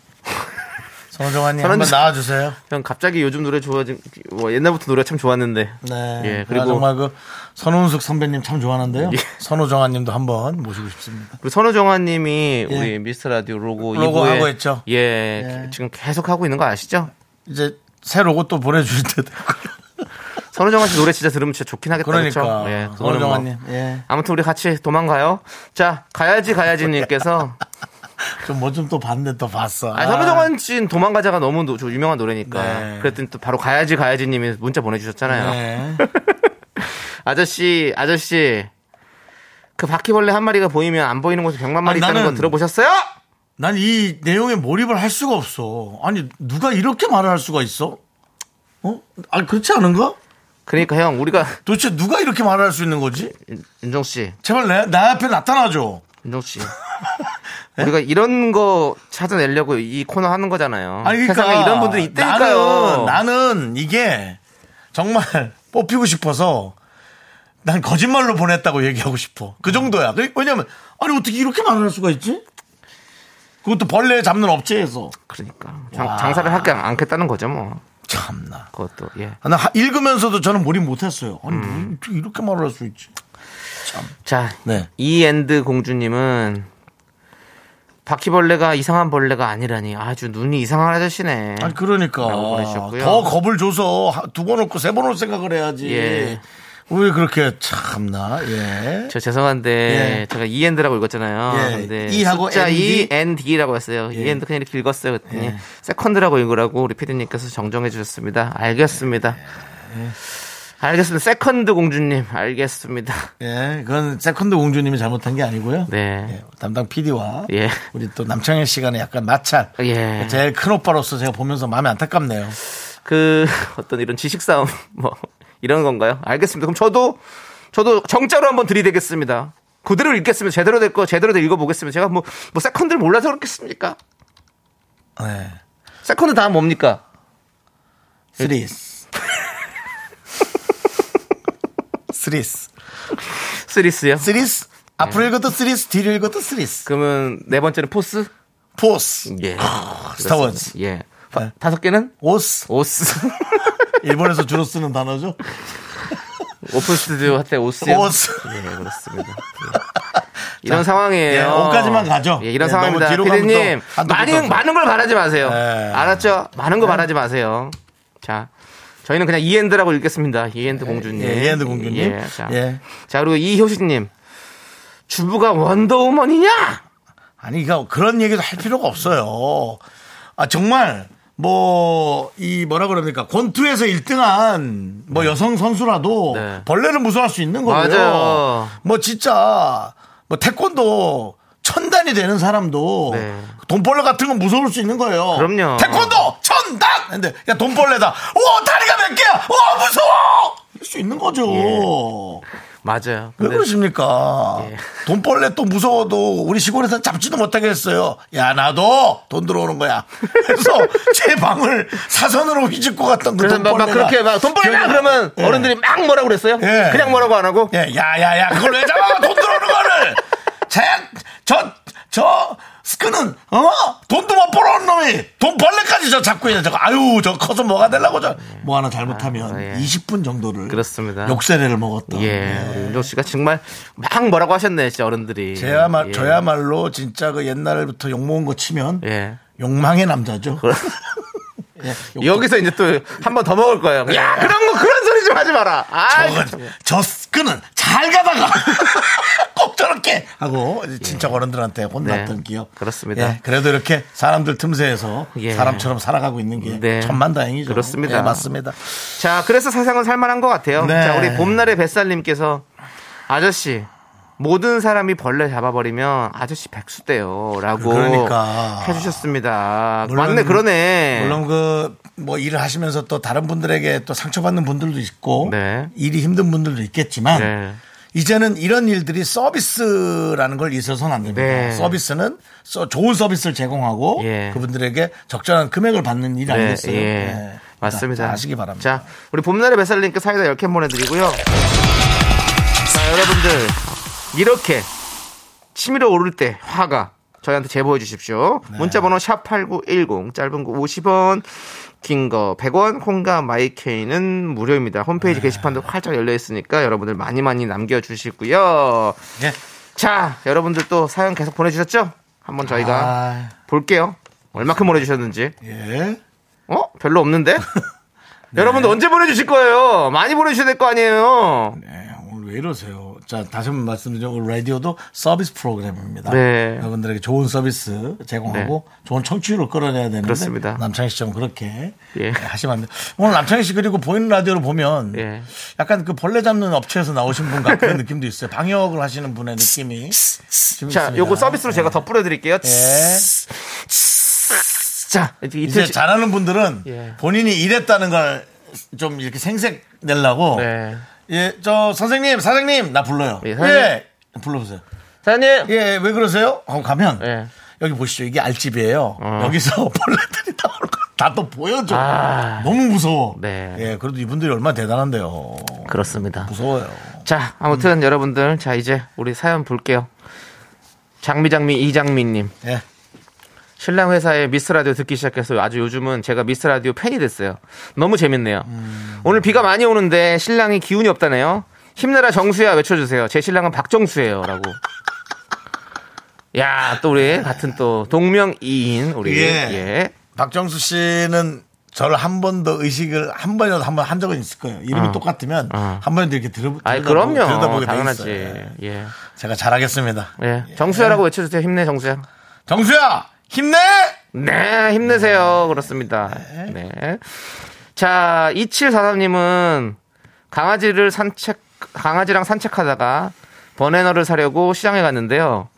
선우정아님
선우정-
한번 나와주세요.
형 갑자기 요즘 노래 좋아진 뭐 옛날부터 노래 참 좋았는데
네.
예,
그리고
그리고-
정말 그 선운숙 선배님 참 좋아하는데요.
예.
선우정아님도 한번 모시고 싶습니다.
그리고 선우정아님이
예.
우리 미스터 라디오 로고
로고
이부에
하고 있죠.
예,
예.
지금 계속 하고 있는 거 아시죠?
이제 새 로고 또 보내주실 때
선우정아 씨 노래 진짜 들으면 진짜 좋긴 하겠다
그러니까
그렇죠? 예, 그거는 뭐.
선우정아님 예.
아무튼 우리 같이 도망가요. 자 가야지 가야지님께서
좀 뭐 좀 또 봤는데 또 봤어.
아, 선우정아 씨는 도망가자가 너무 노- 저 유명한 노래니까
네.
그랬더니 또 바로 가야지 가야지님이 문자 보내주셨잖아요.
네.
아저씨 아저씨 그 바퀴벌레 한 마리가 보이면 안 보이는 곳에 백만 마리
아니,
있다는
나는-
거 들어보셨어요?
난 이 내용에 몰입을 할 수가 없어. 아니 누가 이렇게 말을 할 수가 있어? 어? 아니 그렇지 않은가?
그러니까 형 우리가
도대체 누가 이렇게 말을 할 수 있는 거지?
윤- 윤정 씨
제발 내, 내 앞에 나타나줘.
윤정 씨. 우리가 이런 거 찾아내려고 이 코너 하는 거잖아요.
아니, 그러니까
어, 세상에 이런 분들이 있다니까요.
나는, 나는 이게 정말 뽑히고 싶어서 난 거짓말로 보냈다고 얘기하고 싶어.
음.
그 정도야. 그- 왜냐면 아니 어떻게 이렇게 말할 수가 있지? 그것도 벌레 잡는 업체에서
그러니까 장, 장사를 하지 않- 않겠다는 거죠 뭐.
참나.
그것도 예.
나 하- 읽으면서도 저는 몰입 못했어요. 아니 뭐
음.
어떻게 이렇게 말을 할 수 있지?
자,
네.
이엔드 공주님은 바퀴벌레가 이상한 벌레가 아니라니 아주 눈이 이상한 아저씨네.
아니 그러니까
라고 보내주셨고요.
더 겁을 줘서 두 번 없고 세 번 올 생각을 해야지.
예.
왜 그렇게 참나? 예.
저 죄송한데
예.
제가 E END라고 읽었잖아요.
예.
근데
E하고 예.
숫자
ND?
END라고 했어요. END 그냥 이렇게 읽었어요. 그랬더니
예.
세컨드라고 읽으라고 우리 피디님께서 정정해 주셨습니다. 알겠습니다.
예.
알겠습니다. 세컨드 공주님 알겠습니다.
예. 그건 세컨드 공주님이 잘못한 게 아니고요.
네.
예, 담당 PD와
예.
우리 또 남창현 시간에 약간 마찰.
예.
제일 큰 오빠로서 제가 보면서 마음이 안타깝네요.
그 어떤 이런 지식 싸움 뭐 이런 건가요? 알겠습니다. 그럼 저도 저도 정자로 한번 들이대겠습니다. 그대로 읽겠습니다. 제대로 될 거 제대로 된 읽어보겠습니다. 제가 뭐, 뭐 세컨드를 몰라서 그렇겠습니까?
네.
세컨드 다음 뭡니까?
스리스. 스리스.
쓰리스요.
스리스.
예.
앞으로 읽어도 스리스, 뒤로 읽어도 스리스.
그러면 네 번째는 포스?
포스.
예.
아, 스타워즈.
예. 파-
네.
다섯 개는
오스.
오스.
일본에서 주로 쓰는 단어죠.
오픈 스튜디오 할때 오스.
오스.
예, 그렇습니다. 예. 이런 상황이에요.
예, 옷까지만 가죠.
예, 이런
예,
상황입니다.
너무 뒤로 가면
피디님,
또 한쪽
많은,
끝도
많은 걸 바라지 마세요.
예.
알았죠? 많은 거 바라지 마세요. 자, 저희는 그냥 이엔드라고 읽겠습니다. 이엔드 공주님.
예, 이엔드 공주님.
예, 자.
예.
자, 그리고 이효신님. 주부가 원더우먼이냐?
아니, 그러니까 그런 얘기도 할 필요가 없어요. 아, 정말, 뭐, 이, 뭐라 그럽니까. 권투에서 1등한, 뭐, 여성 선수라도,
네.
벌레를 무서워할 수 있는 거고요.
맞아요.
뭐, 진짜, 뭐, 태권도, 천단이 되는 사람도,
네.
돈벌레 같은 건 무서울 수 있는 거예요.
그럼요.
태권도, 천단! 근데, 야, 돈벌레다. 와, 다리가 몇 개야! 와, 무서워! 이럴 수 있는 거죠.
예. 맞아요.
왜
근데
그러십니까?
예.
돈벌레 또 무서워도 우리 시골에서 잡지도 못하게 했어요. 야, 나도 돈 들어오는 거야. 그래서 제 방을 사선으로 휘집고 갔던 그
그래서 막,
돈벌레가.
막 그렇게 막 돈벌레야
기억이-
그러면
예.
어른들이 막 뭐라고 그랬어요?
예.
그냥 뭐라고 안 하고
예, 야, 야, 야, 그걸 왜 잡아? 돈 들어오는 거를! 제, 저, 저, 스크는, 어? 돈도 못 벌어오는 놈이 돈벌레까지 저 잡고 있네. 저거, 아유, 저 커서 뭐가 되려고 저. 뭐 하나 잘못하면
아, 예.
20분 정도를.
그렇습니다.
욕세례를 먹었다.
예, 우리 윤종 씨가 정말 막 뭐라고 하셨네, 진짜 어른들이.
제야말,
예.
저야말로 진짜 그 옛날부터 욕먹은 거 치면
예.
욕망의 남자죠. 예, 욕-
여기서 이제 또 한 번 더 먹을 거예요. 야, 그런 거 그런 소리 좀 하지 마라. 아,
저건, 저 스크는 잘 가다가 꼭 저렇게 하고 진짜 어른들한테 혼났던
예. 네,
기억.
그렇습니다.
예, 그래도 이렇게 사람들 틈새에서
예.
사람처럼 살아가고 있는 게
네.
천만다행이죠.
그렇습니다.
예, 맞습니다.
자, 그래서 세상은 살만한 것 같아요.
네.
자, 우리 봄날의 뱃살님께서 아저씨 모든 사람이 벌레 잡아버리면 아저씨 백수대요라고
그러니까.
해주셨습니다. 맞네, 그러네.
물론 그 뭐 일을 하시면서 또 다른 분들에게 또 상처받는 분들도 있고
네.
일이 힘든 분들도 있겠지만
네.
이제는 이런 일들이 서비스라는 걸 있어서는 안 됩니다.
네.
서비스는 서- 좋은 서비스를 제공하고
예.
그분들에게 적절한 금액을 받는 일 아니겠어요?
예.
네.
맞습니다.
다 아시기 바랍니다.
자, 우리 봄날의 뱃살님께 사이다 10캔 보내드리고요. 자, 여러분들. 이렇게 치밀어 오를 때 화가 저희한테 제보해 주십시오.
네.
문자번호 샵8910, 짧은 거 50원, 긴 거 100원, 콩과 마이케이는 무료입니다. 홈페이지
네.
게시판도 활짝 열려 있으니까 여러분들 많이 많이 남겨주시고요.
예.
자, 여러분들 또 사연 계속 보내주셨죠? 한번 저희가
아,
볼게요. 얼마큼 보내주셨는지.
예.
어? 별로 없는데?
네.
여러분들 언제 보내주실 거예요? 많이 보내주셔야 될 거 아니에요?
네, 오늘 왜 이러세요? 자, 다시 한번 말씀드리죠. 오늘 라디오도 서비스 프로그램입니다.
네.
여러분들에게 좋은 서비스 제공하고 좋은 청취율을 끌어내야 되는데
그렇습니다.
남창희 씨처럼 그렇게 네,
예.
하시면 안 돼요. 오늘 남창희 씨 그리고 보이는 라디오를 보면
예.
약간 그 벌레 잡는 업체에서 나오신 분 같은 느낌도 있어요. 방역을 하시는 분의 느낌이 좀
자,
있습니다. 네.
요거 서비스로 제가 더 뿌려드릴게요.
예.
자, 이제 이틀
이제 잘하는 분들은
예.
본인이 이랬다는 걸 좀 이렇게 생색 내려고
네.
예, 저 선생님, 사장님 나 불러요.
예, 사장님.
예. 불러보세요.
사장님!
예, 왜 그러세요? 하고 가면
예. 어.
여기 보시죠. 이게 알집이에요. 여기서 벌레들이 나오는 걸다또 보여줘.
아.
너무 무서워.
네.
예, 그래도 이분들이 얼마나 대단한데요.
그렇습니다.
무서워요.
자, 아무튼 여러분들, 자, 이제 우리 사연 볼게요. 장미장미 이장미님.
예.
신랑 회사에 미스 라디오 듣기 시작해서 아주 요즘은 제가 미스 라디오 팬이 됐어요. 너무 재밌네요. 오늘 비가 많이 오는데 신랑이 기운이 없다네요. 힘내라 정수야 외쳐주세요. 제 신랑은 박정수예요라고. 야, 또 우리 같은 또 동명이인 우리
예.
예.
박정수 씨는 저를 한 번 더 의식을 한 번이라도 한 번 한 적은 있을 거예요. 이름이
어.
똑같으면
어.
한 번이라도 이렇게 들어
아이
들여다보-
그럼요.
들여다보게 돼
당연하지.
있어요.
예. 예.
제가 잘하겠습니다.
정수야라고 외쳐 주세요. 힘내 정수야.
정수야 힘내.
네, 힘내세요. 그렇습니다. 네. 자, 2743님은 강아지를 산책, 강아지랑 산책하다가 버네너를 사려고 시장에 갔는데요.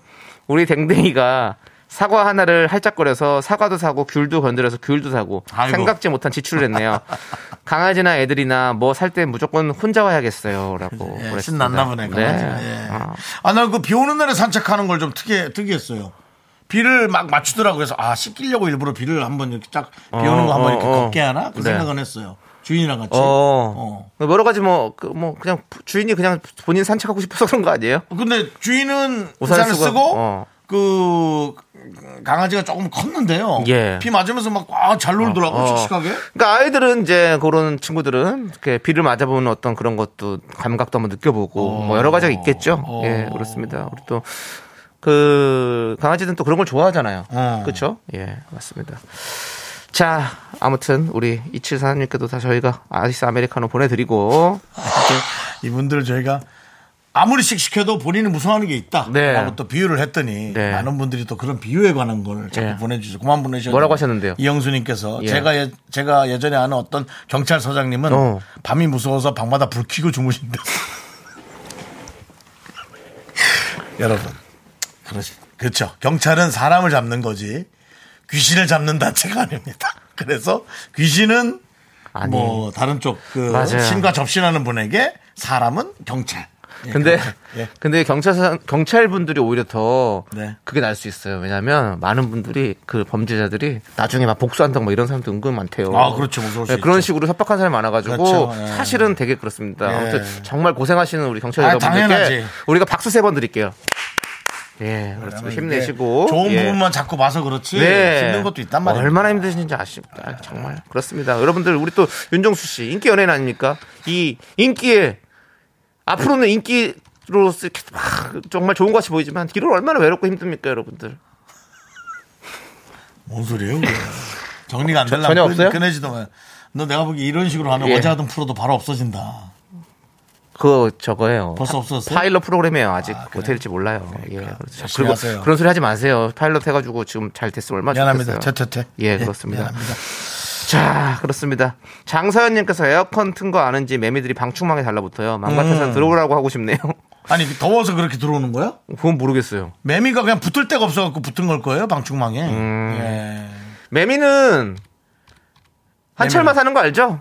우리 댕댕이가 사과 하나를 할짝거려서 사과도 사고 귤도 건드려서 귤도 사고
아이고.
생각지 못한 지출을 했네요. 강아지나 애들이나 뭐 살 때 무조건 혼자 와야겠어요라고.
예,
그랬습니다.
신났나 보네. 강아지가.
네.
예.
어.
아, 난 그 비 오는 날에 산책하는 걸 좀 특이 특이했어요. 비를 막 맞추더라고 그래서 아 씻기려고 일부러 비를 한번 이렇게 쫙 비 오는 거
어,
한번
어,
이렇게
어.
걷게 하나 그
네.
생각은 했어요. 주인이랑 같이.
어.
어.
여러 가지 뭐, 그, 뭐, 그냥 주인이 그냥 본인 산책하고 싶어서 그런 거 아니에요?
근데 주인은
우산을
우산을
쓰고,
쓰고
어.
그 강아지가 조금 컸는데요.
예.
비 맞으면서 막잘 놀더라고
어.
씩씩하게.
그러니까 아이들은 이제 그런 친구들은 이렇게 비를 맞아보는 어떤 그런 것도 감각도 한번 느껴보고 뭐 여러 가지가 있겠죠.
어.
예, 그렇습니다. 우리 또. 그 강아지는 또 그런 걸 좋아하잖아요.
어.
그렇죠? 예, 맞습니다. 자, 아무튼 우리 이칠사님께도 다 저희가 아이스 아메리카노 보내드리고
이분들 저희가 아무리 씩씩해도 본인이 무서워하는 게 있다.
네.
라고 또 비유를 했더니
네.
많은 분들이 또 그런 비유에 관한 걸 자꾸
예.
보내주셔서 그만 보내주셨는데
뭐라고 하셨는데요?
이영수님께서
예.
제가 예, 제가 예전에 아는 어떤 경찰서장님은
어.
밤이 무서워서 방마다 불 켜고 주무신다. 여러분, 그러시 그렇죠. 경찰은 사람을 잡는 거지 귀신을 잡는 단체가 아닙니다. 그래서 귀신은
아니.
뭐 다른 쪽그
맞아요.
신과 접신하는 분에게 사람은 경찰. 예,
근데
경찰. 예.
근데 경찰 경찰 분들이 오히려 더
네.
그게 날 수 있어요. 왜냐하면 많은 분들이 그 범죄자들이 나중에 막 복수한다 뭐 이런 사람도 은근 많대요.
아, 그렇죠. 무서울 수
네, 그런
있죠.
식으로 협박한 사람이 많아가지고
그렇죠. 예.
사실은 되게 그렇습니다.
예.
아무튼 정말 고생하시는 우리 경찰
아,
여러분들께
당연하지. 네,
우리가 박수 세 번 드릴게요. 예, 그렇습니다. 힘내시고
좋은
예. 네.
부분만 잡고 봐서 그렇지 네, 힘든 것도 있단 네. 말이에요.
얼마나 힘드신지 아십니다. 정말 그렇습니다. 여러분들 우리 또 윤정수 씨 인기 연예인 아닙니까? 이 인기에 앞으로는 인기로 쓰- 막 정말 좋은 것이 보이지만 뒤로 얼마나 외롭고 힘듭니까, 여러분들?
뭔 소리예요? 그게? 정리가 안 되려면
전혀 없어요?
끊어지도 마요. 너 내가 보기 이런 식으로 하면
예.
어제 하던 프로도 바로 없어진다.
그거 저거예요.
벌써
파-
없어졌어요?
파일럿 프로그램이에요. 아직
아,
어떻게 될지 몰라요. 예.
열심히
그리고
하세요.
그런 소리 하지 마세요. 파일럿 해가지고 지금 잘 됐으면 얼마나
미안합니다.
좋겠어요.
퇴퇴퇴.
예, 그렇습니다.
미안합니다.
자, 그렇습니다. 장서연님께서 에어컨 튼 거 아는지 매미들이 방충망에 달라붙어요. 망가태산
음.
들어오라고 하고 싶네요.
아니 더워서 그렇게 들어오는 거야?
그건 모르겠어요.
매미가 그냥 붙을 데가 없어갖고 붙은 걸 거예요 방충망에.
음.
예.
매미는 한철만 사는 거 알죠?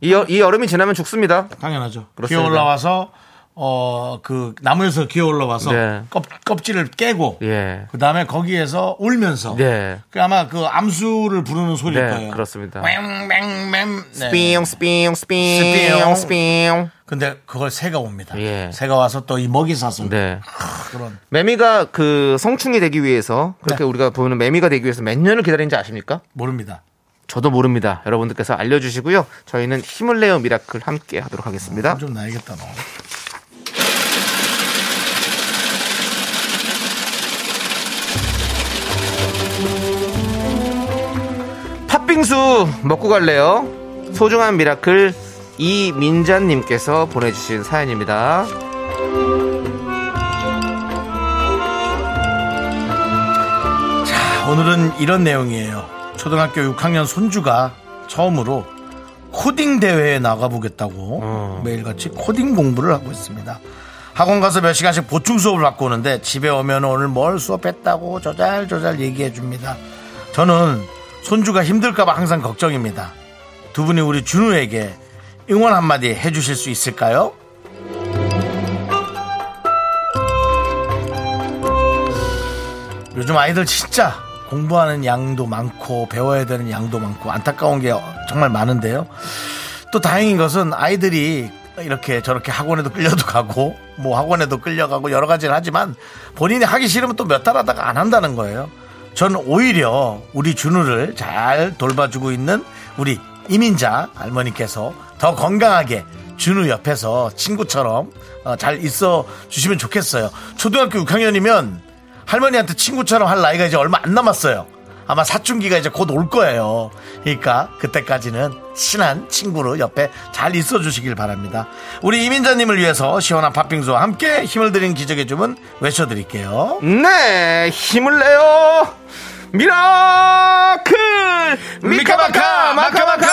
이, 여, 이 여름이 지나면 죽습니다.
당연하죠.
그렇습니다.
기어 올라와서 어 그 나무에서 기어 올라와서
네.
껍, 껍질을 깨고
예.
그 다음에 거기에서 울면서
네.
그 아마 그 암수를 부르는 소리일
네,
거예요.
그렇습니다.
맹맹맹
스피용, 스피용, 스피용,
스피용.
스피용.
근데 그걸 새가 옵니다.
예.
새가 와서 또 이 먹이 사슬
네.
아, 그런
매미가 그 성충이 되기 위해서 그렇게 우리가 보는 매미가 되기 위해서 몇 년을 기다리는지 아십니까?
모릅니다.
저도 모릅니다. 여러분들께서 알려주시고요. 저희는 힘을 내요 미라클 함께 하도록 하겠습니다.
아, 좀 나야겠다 너.
팥빙수 먹고 갈래요? 소중한 미라클 이민자님께서 보내주신 사연입니다.
자, 오늘은 이런 내용이에요. 초등학교 6학년 손주가 처음으로 코딩 대회에 나가보겠다고 매일같이 코딩 공부를 하고 있습니다. 학원 가서 몇 시간씩 보충 수업을 받고 오는데 집에 오면 오늘 뭘 수업했다고 조잘조잘 얘기해 줍니다. 저는 손주가 힘들까봐 항상 걱정입니다. 두 분이 우리 준우에게 응원 한마디 해주실 수 있을까요? 요즘 아이들 진짜 공부하는 양도 많고 배워야 되는 양도 많고 안타까운 게 정말 많은데요. 또 다행인 것은 아이들이 이렇게 저렇게 학원에도 끌려도 가고 뭐 학원에도 끌려가고 여러 가지를 하지만 본인이 하기 싫으면 또 몇 달 하다가 안 한다는 거예요. 전 오히려 우리 준우를 잘 돌봐주고 있는 우리 이민자 할머니께서 더 건강하게 준우 옆에서 친구처럼 어, 잘 있어 주시면 좋겠어요. 초등학교 6학년이면 할머니한테 친구처럼 할 나이가 이제 얼마 안 남았어요. 아마 사춘기가 이제 곧 올 거예요. 그러니까 그때까지는 친한 친구로 옆에 잘 있어 주시길 바랍니다. 우리 이민자님을 위해서 시원한 팥빙수와 함께 힘을 드린 기적의 주문 외쳐드릴게요.
네, 힘을 내요. 미라클 미카마카 마카마카.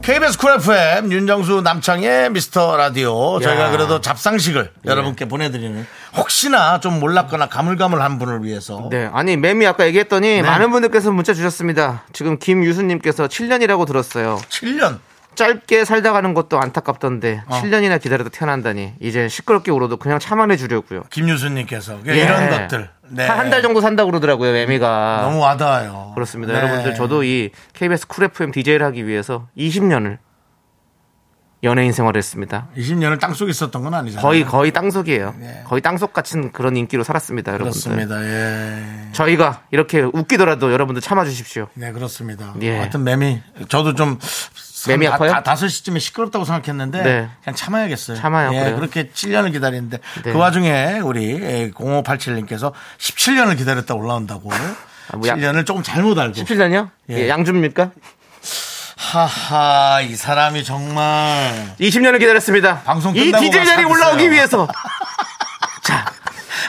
KBS 쿨 FM 윤정수 남창의 미스터 라디오 저희가 그래도 잡상식을
예.
여러분께 보내드리는 혹시나 좀 몰랐거나 가물가물한 분을 위해서
네, 아니 매미 아까 얘기했더니
네.
많은 분들께서 문자 주셨습니다. 지금 김유수님께서 7년이라고 들었어요.
7년
짧게 살다 가는 것도 안타깝던데
어.
7년이나 기다려도 태어난다니 이제 시끄럽게 울어도 그냥 참아내 주려고요.
김유수님께서 그
예.
이런 것들 네.
한 달 정도 산다고 그러더라고요, 매미가.
너무 와닿아요.
그렇습니다.
네.
여러분들 저도 이 KBS 쿨 FM DJ를 하기 위해서 20년을 연예인 생활을 했습니다.
20년을 땅속에 있었던 건 아니잖아요.
거의 거의 땅속이에요.
예.
거의 땅속 같은 그런 인기로 살았습니다, 여러분들.
그렇습니다. 예.
저희가 이렇게 웃기더라도 여러분들 참아 주십시오.
네, 그렇습니다.
예.
하여튼 매미 저도 좀
매미
다-
아파요?
다, 5시쯤에 시끄럽다고 생각했는데
네.
그냥 참아야겠어요.
참아요,
예,
그래요?
그렇게 7년을 기다리는데
네.
그 와중에 우리 0587님께서 17년을 기다렸다 올라온다고
뭐 약-
7년을 조금 잘못 알고
17년이요?
예.
예, 양주입니까?
하하 이 사람이 정말
20년을 기다렸습니다.
방송
이
끝나고
DJ 자리
가서
올라오기
하겠어요.
위해서. 자,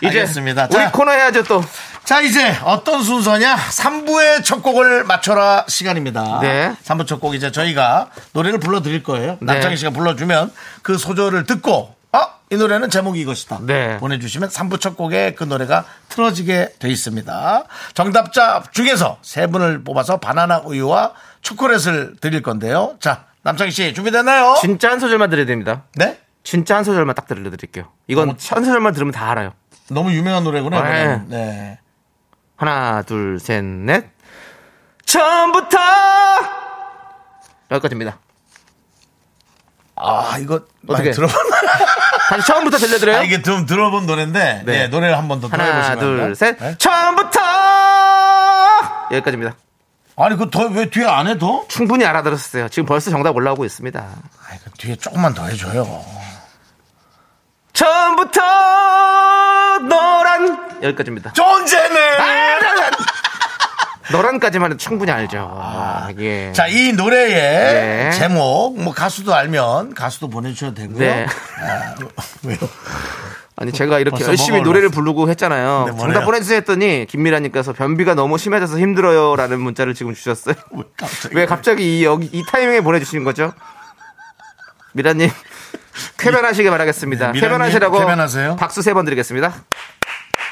이제
알겠습니다.
우리
자. 어?
코너 해야죠 또.
자 이제 어떤 순서냐 3부의 첫 곡을 맞춰라 시간입니다
네.
3부 첫 곡 이제 저희가 노래를 불러드릴 거예요
네.
남창희 씨가 불러주면 그 소절을 듣고 어? 이 노래는 제목이 이것이다
네.
보내주시면 3부 첫 곡에 그 노래가 틀어지게 돼 있습니다 정답자 중에서 세 분을 뽑아서 바나나 우유와 초콜릿을 드릴 건데요 자 남창희 씨 준비됐나요?
진짜 한 소절만 드려야 됩니다.
네?
진짜 한 소절만 딱 들려드릴게요. 이건 한 소절만 들으면 다 알아요.
너무 유명한 노래구나
네.
이거는. 네.
하나, 둘, 셋, 넷. 처음부터 여기까지입니다.
아 이거 많이
어떻게?
들어봤나
다시 처음부터 들려드려요.
아, 이게 좀 들어본 노래인데
네.
예, 노래를 한 번 더
하나,
들어보시면
둘, 셋.
네?
처음부터 여기까지입니다.
아니 그 더 왜 뒤에 안 해도?
충분히 알아들었어요. 지금 벌써 정답 올라오고 있습니다.
아니 그 뒤에 조금만 더 해줘요.
처음부터 노란 여기까지입니다.
존재네.
노란까지만 해도 충분히 알죠. 예.
아, 자 이 노래의
네.
제목 뭐 가수도 알면 가수도 보내주셔도 되고요.
네.
아, 왜요?
아니 제가 이렇게
벌써
열심히
먹어
노래를
올랐어.
부르고 했잖아요.
네, 뭐래요?
정답 보내주세요 했더니 김미라님께서 변비가 너무 심해져서 힘들어요라는 문자를 지금 주셨어요.
왜 갑자기?
왜 갑자기 이, 여기, 이 타이밍에 보내주신 거죠? 미라님 쾌변하시길 바라겠습니다.
네, 미라님,
쾌변하시라고
쾌변하세요.
박수 세 번 드리겠습니다.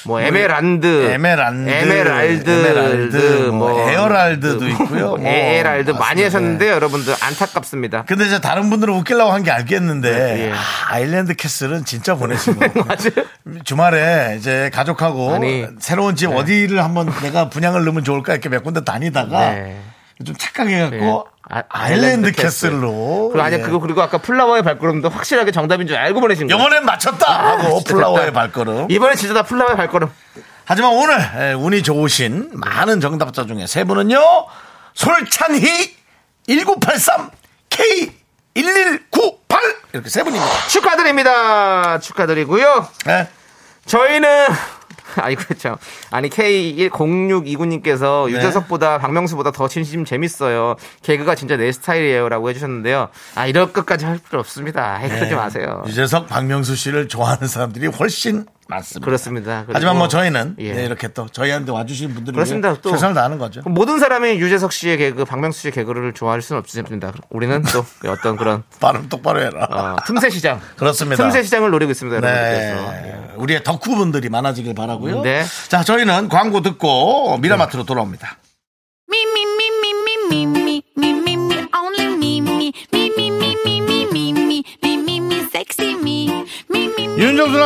뭐 에메란드,
에메란드,
에메랄드, 예,
에메랄드, 뭐 에어랄드도 있고요. 뭐
에메랄드 많이
맞습니다.
하셨는데 여러분들 안타깝습니다.
근데 이제 다른 분들은 웃기려고 한 게 알겠는데
네, 예.
아, 일랜드 캐슬은 진짜 보내신 거
맞아요.
주말에 이제 가족하고
아니, 네.
새로운 집 어디를 한번 내가 분양을 넣으면 좋을까 이렇게 몇 군데 다니다가
네.
좀 착각해갖고
아,
아일랜드 캐슬로
그리고 아니
예.
그거 그리고 아까 플라워의 발걸음도 확실하게 정답인 줄 알고 보내신 거예요.
요번엔 맞췄다 하고
아, 진짜 예.
플라워의
됐다.
발걸음
이번에 진짜 다 플라워의 발걸음.
하지만 오늘 에, 운이 좋으신 많은 정답자 중에 세 분은요. 솔찬희 1983 K1198 이렇게 세 분입니다.
축하드립니다. 축하드리고요.
예.
저희는 아이고 참 아니 K1062구님께서
네.
유재석보다 박명수보다 더 진심 재밌어요. 개그가 진짜 내 스타일이에요라고 해주셨는데요. 아 이럴 것까지 할 필요 없습니다. 아이, 그러지
네.
마세요.
유재석 박명수 씨를 좋아하는 사람들이 훨씬 많습니다.
그렇습니다. 그리고-
하지만 뭐 저희는
예.
네, 이렇게 또 저희한테 와주신 분들을
그렇습니다.
위해
또
최선을 다하는 거죠.
모든 사람이 유재석 씨의 개그, 박명수 씨의 개그를 좋아할 수는 없습니다. 우리는 또 어떤 그런
발음 똑바로 해라.
어, 틈새 시장,
그렇습니다.
틈새 시장을 노리고 있습니다. 여러분들께서. 예.
네. 우리의 덕후분들이 많아지길 바라고요.
네.
자, 저희는 광고 듣고 미라마트로 돌아옵니다.
Me, me, me, me, me, me, me, me, me, me, only me, me, me, me, me, me, me, me, me, me, me, me, sexy me, me, me, me.
윤정수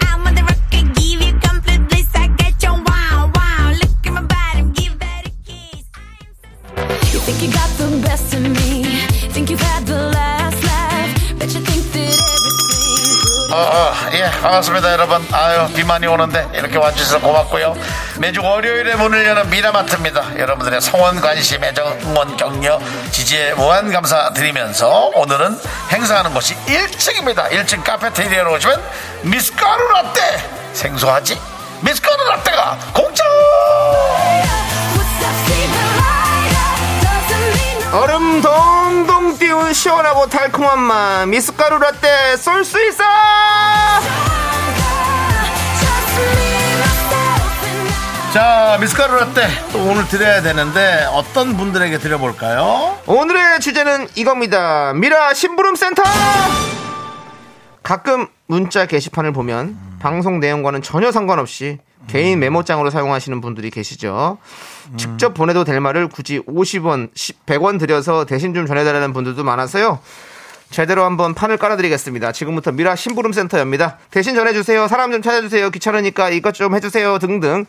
I'm on the rock and give you complete bliss. I got your wow, wow. Look at my body, give that a kiss. You think you got the best of me? Think you've had the last laugh? Bet you think that everything could.
예 반갑습니다 여러분 아유 비 많이 오는데 이렇게 와주셔서 고맙고요 매주 월요일에 문을 여는 미라마트입니다 여러분들의 성원 관심 애정 응원 격려 지지에 무한 감사드리면서 오늘은 행사하는 곳이 1층입니다 1층 카페테리아로 오시면 미스카루 라떼 생소하지? 미스카루 라떼가 공짜
얼음 동동 띄운 시원하고 달콤한 맛 미숫가루 라떼 쏠 수 있어
자 미스카루 라떼 또 오늘 드려야 되는데 어떤 분들에게 드려볼까요?
오늘의 주제는 이겁니다 미라 심부름 센터 가끔 문자 게시판을 보면 방송 내용과는 전혀 상관없이 개인 메모장으로 사용하시는 분들이 계시죠 직접 보내도 될 말을 굳이 50원 100원 들여서 대신 좀 전해달라는 분들도 많아서요 제대로 한번 판을 깔아드리겠습니다. 지금부터 미라 심부름 센터입니다. 대신 전해주세요. 사람 좀 찾아주세요. 귀찮으니까 이것 좀 해주세요. 등등.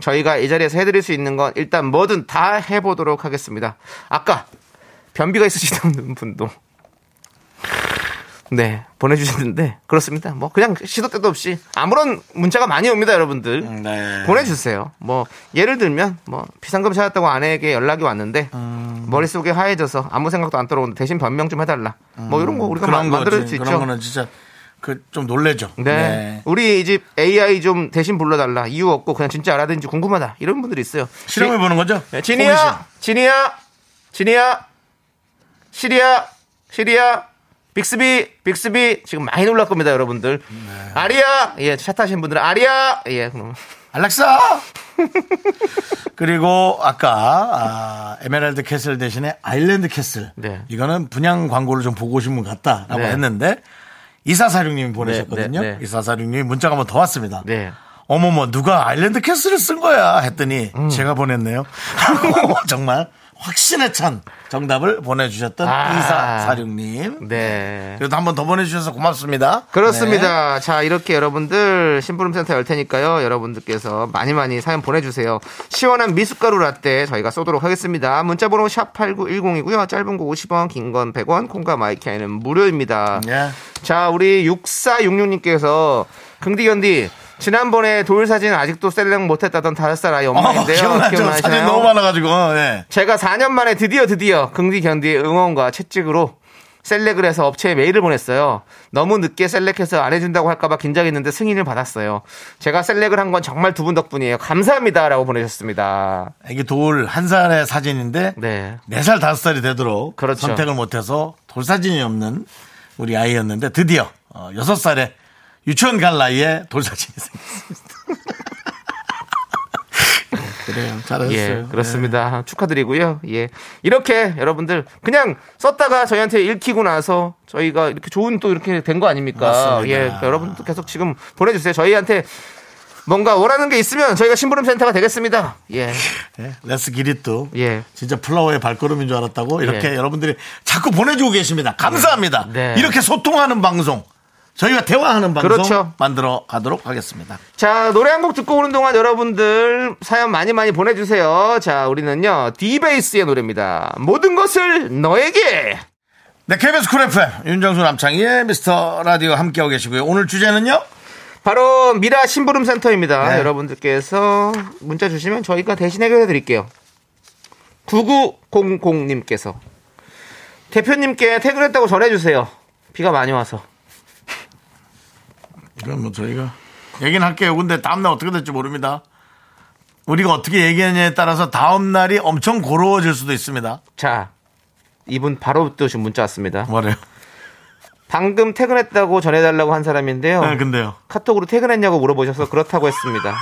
저희가 이 자리에서 해드릴 수 있는 건 일단 뭐든 다 해보도록 하겠습니다. 아까 변비가 있으시던 분도 네 보내주셨는데 그렇습니다. 뭐 그냥 시도 때도 없이 아무런 문자가 많이 옵니다, 여러분들.
네.
보내주세요. 뭐 예를 들면 뭐 비상금 찾았다고 아내에게 연락이 왔는데
음.
머릿속에 하얘져서 아무 생각도 안 들어오는데 대신 변명 좀 해달라. 뭐 이런 거 우리가 마-
음. 그런
만들어줄
거지
수
그런
있죠.
거는 진짜 그 좀 놀래죠
네. 우리 이 집 AI 좀 대신 불러달라. 이유 없고 그냥 진짜 알아듣는지 궁금하다. 이런 분들이 있어요.
실험해보는 거죠?
지- 네, 진이야! 진이야! 진이야! 시리야! 시리야! 빅스비! 빅스비! 지금 많이 놀랄 겁니다, 여러분들. 아리야! 예, 차 타신 분들은 아리야! 예, 그럼.
알렉사 그리고 아까 아, 에메랄드 캐슬 대신에 아일랜드 캐슬
네.
이거는 분양 광고를 좀 보고 오신 분 같다라고
네.
했는데 2446님이 보내셨거든요.
네, 네, 네.
2446님이 문자가 한 번 더 왔습니다.
네.
어머머, 누가 아일랜드 캐스를 쓴 거야? 했더니
음.
제가 보냈네요. 정말 확신에 찬 정답을 보내주셨던
아.
2446님.
네.
그래도 한 번 더 보내주셔서 고맙습니다.
그렇습니다. 자, 이렇게 여러분들 심부름센터 열 테니까요. 여러분들께서 많이 많이 사연 보내주세요. 시원한 미숫가루 라떼 저희가 쏘도록 하겠습니다. 문자번호 샵8910이고요. 짧은 거 50원, 긴 건 100원, 콩과 마이크는 무료입니다.
네. 예.
자, 우리 6466님께서 긍디견디 지난번에 돌 사진 아직도 셀렉 못했다던 다섯 살 아이
어,
엄마인데요.
기억나죠?
기억나시나요?
사진 너무 많아가지고. 예.
제가 4년 만에 드디어 드디어 긍디 견디의 응원과 채찍으로 셀렉을 해서 업체에 메일을 보냈어요. 너무 늦게 셀렉해서 안 해준다고 할까봐 긴장했는데 승인을 받았어요. 제가 셀렉을 한 건 정말 두 분 덕분이에요. 감사합니다라고 보내셨습니다.
애기 돌 한 살의 사진인데
네.
네 살 다섯 살이 되도록
그렇죠.
선택을 못해서 돌사진이 없는 우리 아이였는데 드디어 어, 여섯 살에 유치원 갈 나이에 돌사진이 생겼습니다. 그래요. 잘하셨어요.
예, 그렇습니다. 축하드리고요. 예. 이렇게 여러분들 그냥 썼다가 저희한테 읽히고 나서 저희가 이렇게 좋은 또 이렇게 된 거 아닙니까?
맞습니다.
예. 그러니까 여러분도 계속 지금 보내 주세요. 저희한테 뭔가 원하는 게 있으면 저희가 심부름 센터가 되겠습니다. 예.
예, 레스 기릿도
예.
진짜 플라워의 발걸음인 줄 알았다고 이렇게
예.
여러분들이 자꾸 보내주고 계십니다. 감사합니다.
네.
이렇게 소통하는 방송 저희가 대화하는 방송
그렇죠.
만들어 가도록 하겠습니다.
자, 노래 한 곡 듣고 오는 동안 여러분들 사연 많이 많이 보내주세요. 자, 우리는요, 디베이스의 노래입니다. 모든 것을 너에게!
네, KBS 쿨 FM 윤정수 남창희의 미스터 라디오 함께하고 계시고요. 오늘 주제는요?
바로 미라 심부름 센터입니다.
네.
여러분들께서 문자 주시면 저희가 대신 해결해 드릴게요. 9900님께서 대표님께 퇴근했다고 전해주세요. 비가 많이 와서.
이건 뭐 저희가 얘기는 할게요. 근데 다음날 어떻게 될지 모릅니다. 우리가 어떻게 얘기하냐에 따라서 다음날이 엄청 고로워질 수도 있습니다.
자, 이분 바로 또 지금 문자 왔습니다.
뭐래요?
방금 퇴근했다고 전해달라고 한 사람인데요.
네, 근데요.
카톡으로 퇴근했냐고 물어보셔서 그렇다고 했습니다.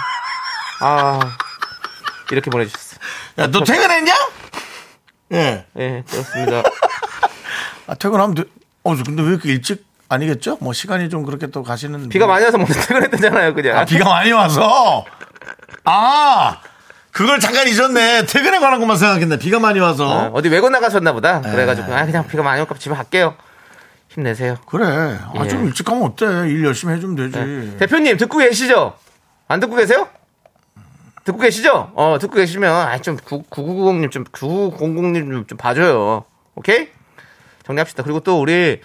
아 이렇게 보내주셨어요.
야, 너 퇴근했냐? 예.
예 그렇습니다.
아, 퇴근하면 돼. 어, 근데 왜 이렇게 일찍 아니겠죠? 뭐 시간이 좀 그렇게 또 가시는.
비가 많이 와서 먼저 퇴근했다잖아요, 그냥.
아, 비가 많이 와서. 아, 그걸 잠깐 잊었네. 퇴근에 관한 것만 생각했네. 비가 많이 와서.
어? 어디 외국 나가셨나 보다.
네.
그래가지고 아 그냥 비가 많이 올까 집에 갈게요. 힘내세요.
그래. 아, 좀
예.
일찍 가면 어때? 일 열심히 해주면 되지.
네. 대표님 듣고 계시죠? 안 듣고 계세요? 듣고 계시죠? 어 듣고 계시면 아좀 9990님 좀 9900님 좀 봐줘요. 오케이? 정리합시다. 그리고 또 우리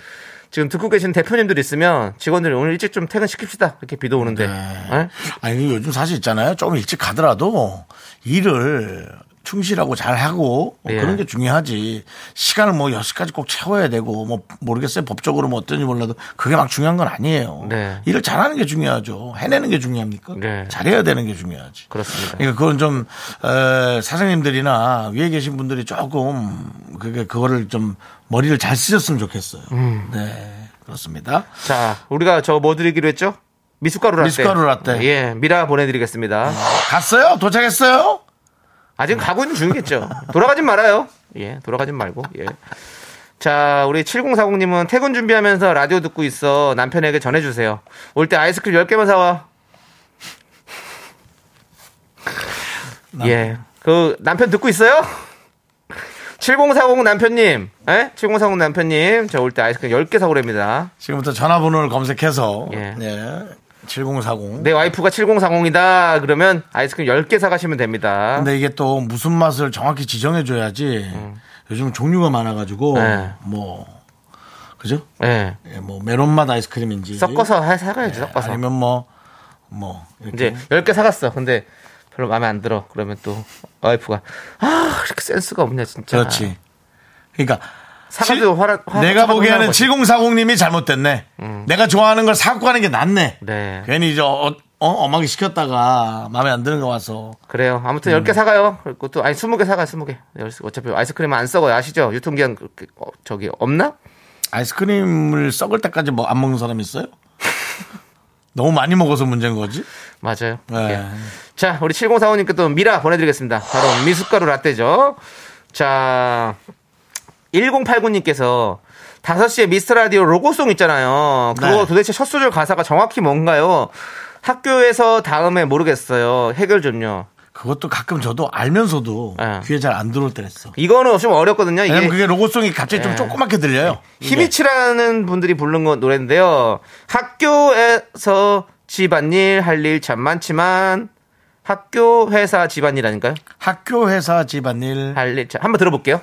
지금 듣고 계신 대표님들 있으면 직원들 오늘 일찍 좀 퇴근 시킵시다. 이렇게 비도 오는데.
네.
예?
아니 요즘 사실 있잖아요. 조금 일찍 가더라도 일을 충실하고 잘 하고 뭐
예.
그런 게 중요하지. 시간을 뭐 6시까지 꼭 채워야 되고 뭐 모르겠어요. 법적으로 뭐 어떤지 몰라도 그게 막 중요한 건 아니에요.
네.
일을 잘하는 게 중요하죠. 해내는 게 중요합니까?
네.
잘해야 되는 게 중요하지.
그렇습니다.
그러니까 그건 좀 에, 사장님들이나 위에 계신 분들이 조금 그게 그거를 좀 머리를 잘 쓰셨으면 좋겠어요.
음.
네. 그렇습니다.
자, 우리가 저 뭐 드리기로 했죠? 미숫가루 라떼.
미숫가루 라떼. 아.
예, 미라 보내드리겠습니다.
갔어요? 도착했어요?
아직 가고 있는 중이겠죠. 돌아가진 말아요. 예, 돌아가진 말고. 예. 자, 우리 7040님은 퇴근 준비하면서 라디오 듣고 있어 남편에게 전해주세요. 올 때 아이스크림 10개만 사와. 예. 그, 남편 듣고 있어요? 7040 남편님, 예? 7040 남편님, 저 올 때 아이스크림 10개 사오랍니다.
지금부터 전화번호를 검색해서
예. 네.
예, 7040.
내 와이프가 7040이다. 그러면 아이스크림 10개 사가시면 됩니다.
근데 이게 또 무슨 맛을 정확히 지정해 줘야지. 요즘 종류가 많아 가지고
음. 네.
뭐 그죠?
예.
예, 뭐 메론맛 아이스크림인지
섞어서 하- 사가야지, 섞어서.
네, 아니면 뭐 뭐
이제 10개 사갔어. 근데 별로 마음에 안 들어. 그러면 또 와이프가 아, 이렇게 센스가 없냐, 진짜.
그렇지. 그러니까
사가지고 화라 화-
내가
사가지고 화난
보기에는
거지.
7040님이 잘못됐네. 내가 좋아하는 걸 사고 가는 게 낫네.
네.
괜히 이제 어, 어, 엄하게 시켰다가 마음에 안 드는 거 와서
그래요. 아무튼
음.
10개 사가요. 그리고 또 아니 20개 사가. 20개. 어차피 아이스크림 안 썩어요. 아시죠? 유통기한 그렇게 어, 저기 없나?
아이스크림을 썩을 때까지 뭐 안 먹는 사람 있어요? 너무 많이 먹어서 문제인 거지?
맞아요.
네.
예. 자, 우리 7045님께 또 미라 보내드리겠습니다. 바로 미숫가루 라떼죠. 자, 1089님께서 5시에 미스터 라디오 로고송 있잖아요. 그거
네.
도대체 첫 소절 가사가 정확히 뭔가요? 학교에서 다음에 모르겠어요. 해결 좀요.
그것도 가끔 저도 알면서도
예.
귀에 잘 안 들어올 때가 있어.
이거는 좀 어렵거든요. 이게
왜냐면 네, 그게 네. 로고송이 갑자기 좀
예.
조그맣게 들려요.
히비치라는 분들이 부른 거 노래인데요. 학교에서 집안일 할 일 참 많지만 학교 회사 집안일 아닐까요?
학교, 회사, 집안일.
할 일 참 한번 들어볼게요.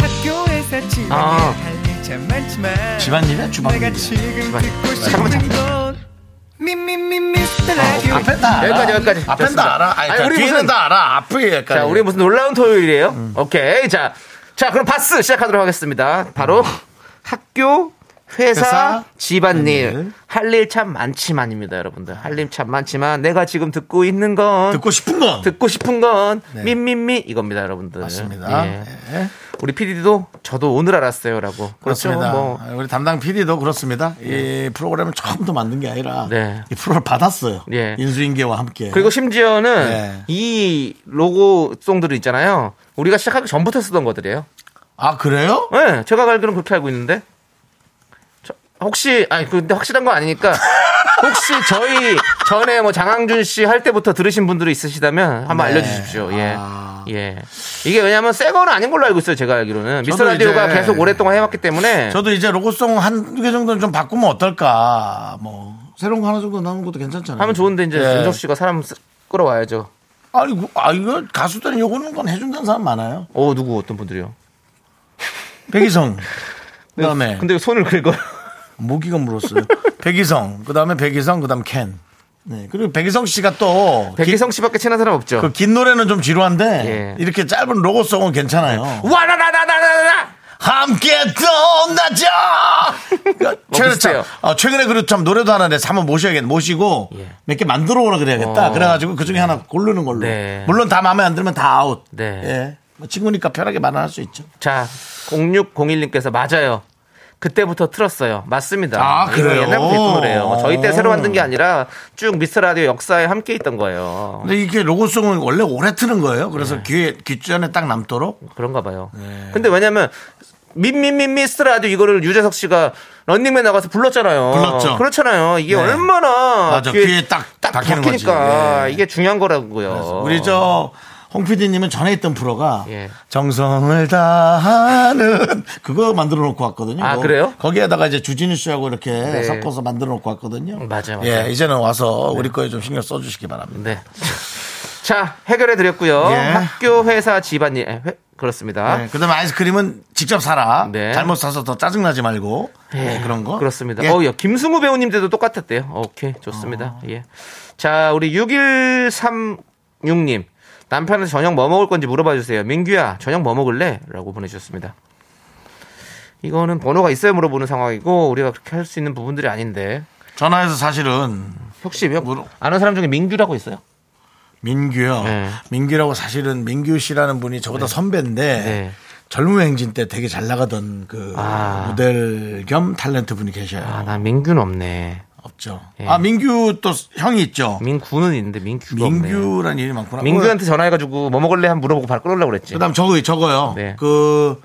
학교에서 집안일
아.
할일참 많지만
집안일이야? 주방일.
내가 지금 듣고
잠깐만, 아,
싶은 건 미미미 미스터 라디오
앞엔 다 알아.
여기까지, 여기까지.
앞엔
좋습니다.
다 알아. 아니,
아니,
자,
우리
뒤는
무슨-
다 알아. 앞에 약간.
자, 우리 무슨 놀라운 토요일이에요?
음.
오케이. 자, 자, 그럼 바스 시작하도록 하겠습니다. 바로 학교, 회사,
음. 회사, 네.
집안일.
집안일.
할 일 참 많지만입니다, 여러분들. 할 일 참 많지만 내가 지금 듣고 있는 건
듣고 싶은 건.
듣고 싶은 건
네.
민민미 이겁니다, 여러분들.
맞습니다.
예.
예.
우리 PD도 저도 오늘 알았어요라고. 그렇죠.
그렇습니다. 네.
뭐 예.
우리 담당 PD도 그렇습니다. 이 프로그램을 처음부터 만든 게 아니라
네.
이 프로를 받았어요.
예.
인수인계와 함께.
그리고 심지어는
네.
이 로고송들이 있잖아요. 우리가 시작하기 전부터 쓰던 것들이에요.
아 그래요?
예, 제가 알기로는 그렇게 알고 있는데. 저- 혹시 아니 근데 확실한 거 아니니까 혹시 저희 전에 뭐 장항준 씨 할 때부터 들으신 분들이 있으시다면 한번
네.
알려 주십시오. 예.
아.
예. 이게 왜냐면 새 거는 아닌 걸로 알고 있어요. 제가 알기로는 미스터
저도
라디오가
이제-
계속 오랫동안 해 왔기 때문에
저도 이제 로고송 한 두 개 정도는 좀 바꾸면 어떨까. 뭐 새로운 거 하나 정도 나오는 것도 괜찮잖아요.
하면 좋은데 이제
예.
윤정 씨가 사람 쓰- 끌어와야죠.
아니 그- 아 이거 가수들은 요거는 건 해준다는 사람 많아요.
어 누구 어떤 분들이요?
백이성. 그다음에
네. 근데 왜 손을 긁어.
모기가 물었어요. 백이성. 그다음에 백이성. 그다음 캔. 네. 그리고 백이성 씨가 또
백희성 씨밖에 친한 사람 없죠.
그 긴 노래는 좀 지루한데
예.
이렇게 짧은 로고송은 괜찮아요.
와라라라라라라.
함께 떠나자. 그러니까 최근에
비슷해요.
어, 최근에 그리고 참 노래도 하나 내서 한번 모셔야겠 모시고
예.
몇 개 만들어 오라 그래야겠다.
어.
그래가지고 그 중에 하나 고르는 걸로.
네.
물론 다 마음에 안 들면 다 아웃.
네.
예. 뭐 친구니까 편하게 말할 수 있죠.
자, 0601님께서 맞아요. 그때부터 틀었어요. 맞습니다.
아,
이거
그래요?
옛날부터 있던 노래예요. 뭐 저희 때
오.
새로 만든 게 아니라 쭉 미스터 라디오 역사에 함께 있던 거예요.
근데 이게 로고송은 원래 오래 트는 거예요. 그래서
네.
귀에 귀전에 딱 남도록.
그런가 봐요.
네.
근데 왜냐면 민민민 미스터 라디오 이거를 유재석 씨가 런닝맨 나가서 불렀잖아요.
불렀죠.
그렇잖아요. 이게
네.
얼마나
맞아. 귀에 딱 박히는 거지.
박히니까
예.
이게 중요한 거라고요.
우리 저. 홍 PD님은 전에 있던 프로가
어. 예.
정성을 다하는 그거 만들어 놓고 왔거든요.
아,
거-
그래요? 네.
거기에다가 이제 주진우 씨하고 이렇게 섞어서 만들어 놓고 왔거든요.
음, 맞아요, 네. 맞아요.
예, 이제는 와서 우리 거에 좀 신경 써주시기 바랍니다.
네. 자, 해결해 드렸고요.
예.
학교 회사 집안일 예, 회- 그렇습니다.
네, 그다음에 아이스크림은 직접 사라.
네.
잘못 사서 더 짜증나지 말고 네, 그런 거.
그렇습니다.
예. 아.
어, 야, 김승우 배우님 때도 똑같았대요. 오케이, 좋습니다. 예. 자, 우리 6136님. 남편한테 저녁 뭐 먹을 건지 물어봐 주세요. 민규야, 저녁 뭐 먹을래? 라고 보내주셨습니다. 이거는 번호가 있어야 물어보는 상황이고, 우리가 그렇게 할 수 있는 부분들이 아닌데.
전화해서 사실은
혹시 몇,
물어-
아는 사람 중에 민규라고 있어요?
민규요.
네.
민규라고 사실은 민규 씨라는 분이 저보다 선배인데
네.
젊은 행진 때 되게 잘 나가던 그
아.
모델 겸 탤런트 분이 계셔요.
아, 나 민규는 없네.
없죠.
예.
아 민규 또 형이 있죠.
민구는 있는데 민규가 없네.
민규란 이름이 많구나.
민규한테 전화해가지고 뭐 먹을래? 한 물어보고 바로 끌어오려고 그랬지.
그다음 저거 저거요.
네.
그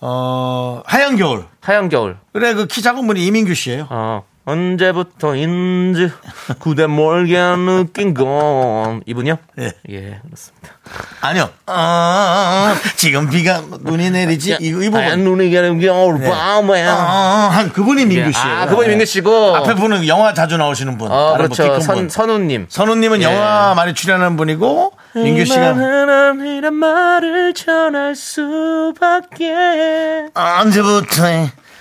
어, 하얀 겨울.
하얀 겨울.
그래 그 키 작은 분이 이민규 씨예요.
어, 언제부터인지 그대 몰게 느낀 건 이분요?
예.
예, 그렇습니다.
아니요. 아, 지금 비가 눈이 내리지 이, 이
하얀
부분.
아, 눈이 가는 겨울
네.
밤에.
아, 한 그분이 민규 씨예요.
아, 그분이 민규 씨고.
앞에 분은 영화 자주 나오시는 분.
어,
다른 분,
그렇죠.
키큰
선
분.
선우님.
선우님은
예. 음,
영화 많이 출연하는 분이고 민규 씨가
이런 말을 전할 수밖에.
언제부터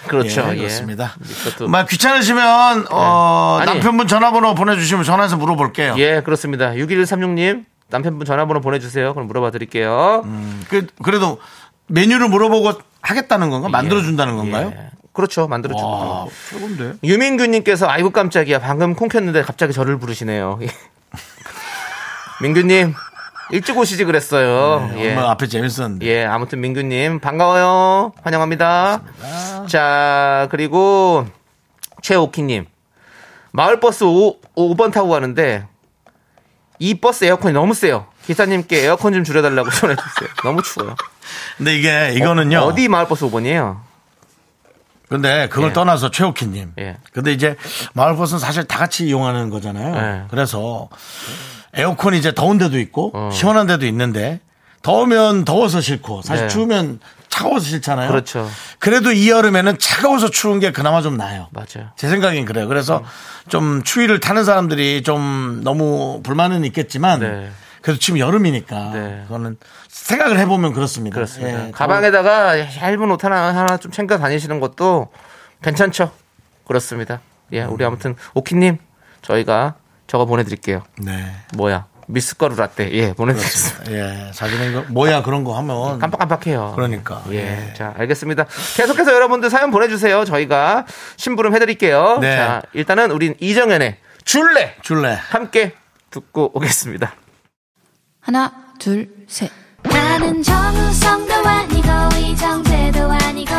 그렇죠. 예,
그렇습니다.
이것도- 예.
막 귀찮으시면 어,
아니.
남편분 전화번호 보내주시면 전화해서 물어볼게요.
예, 그렇습니다. 6136님 남편분 전화번호 보내주세요. 그럼 물어봐 드릴게요.
그, 래도 메뉴를 물어보고 하겠다는 건가? 만들어준다는 건가요? 아,
예. 그렇죠. 만들어주고.
와, 최고인데.
유민규님께서 아이고 깜짝이야 방금 콩 켰는데 갑자기 저를 부르시네요. 예. 민규님 일찍 오시지 그랬어요. 예.
네, 엄마 앞에 재밌었는데.
예, 아무튼 민규님 반가워요. 환영합니다. 자 그리고 최오키님 마을버스 5, 번 타고 가는데 이 버스 에어컨이 너무 세요. 기사님께 에어컨 좀 줄여달라고 전해주세요. 너무 추워요.
근데 이게 이거는요.
어, 디 마을버스 5번이에요?
근데 그걸
예.
떠나서 최옥희님.
예.
근데 이제 마을버스는 사실 다 같이 이용하는 거잖아요.
예.
그래서 에어컨이 이제 더운 데도 있고
어.
시원한 데도 있는데 더우면 더워서 싫고 사실
네.
추우면 차가워서 싫잖아요.
그렇죠.
그래도 이 여름에는 차가워서 추운 게 그나마 좀 나아요.
맞아요.
제 생각엔 그래요. 그래서
음.
좀 추위를 타는 사람들이 좀 너무 불만은 있겠지만
네.
그래도 지금 여름이니까
네.
그거는 생각을 해보면 그렇습니다.
그렇습니다.
예,
가방에다가 얇은 옷 하나 하나 좀 챙겨 다니시는 것도 괜찮죠? 그렇습니다. 예, 우리
음.
아무튼 오키님 저희가 저거 보내드릴게요.
네.
뭐야? 미숫가루 라떼 예 보내드리겠습니다.
예, 자기는 이거 뭐야 그런 거 하면
깜빡깜빡해요.
그러니까.
예.
예.
자, 알겠습니다. 계속해서 여러분들 사연 보내주세요. 저희가 심부름 해드릴게요.
네.
자, 일단은 우린 이정현의 줄래!
줄래.
함께 듣고 오겠습니다.
하나, 둘, 셋.
나는 정우성도 아니고 이정재도 아니고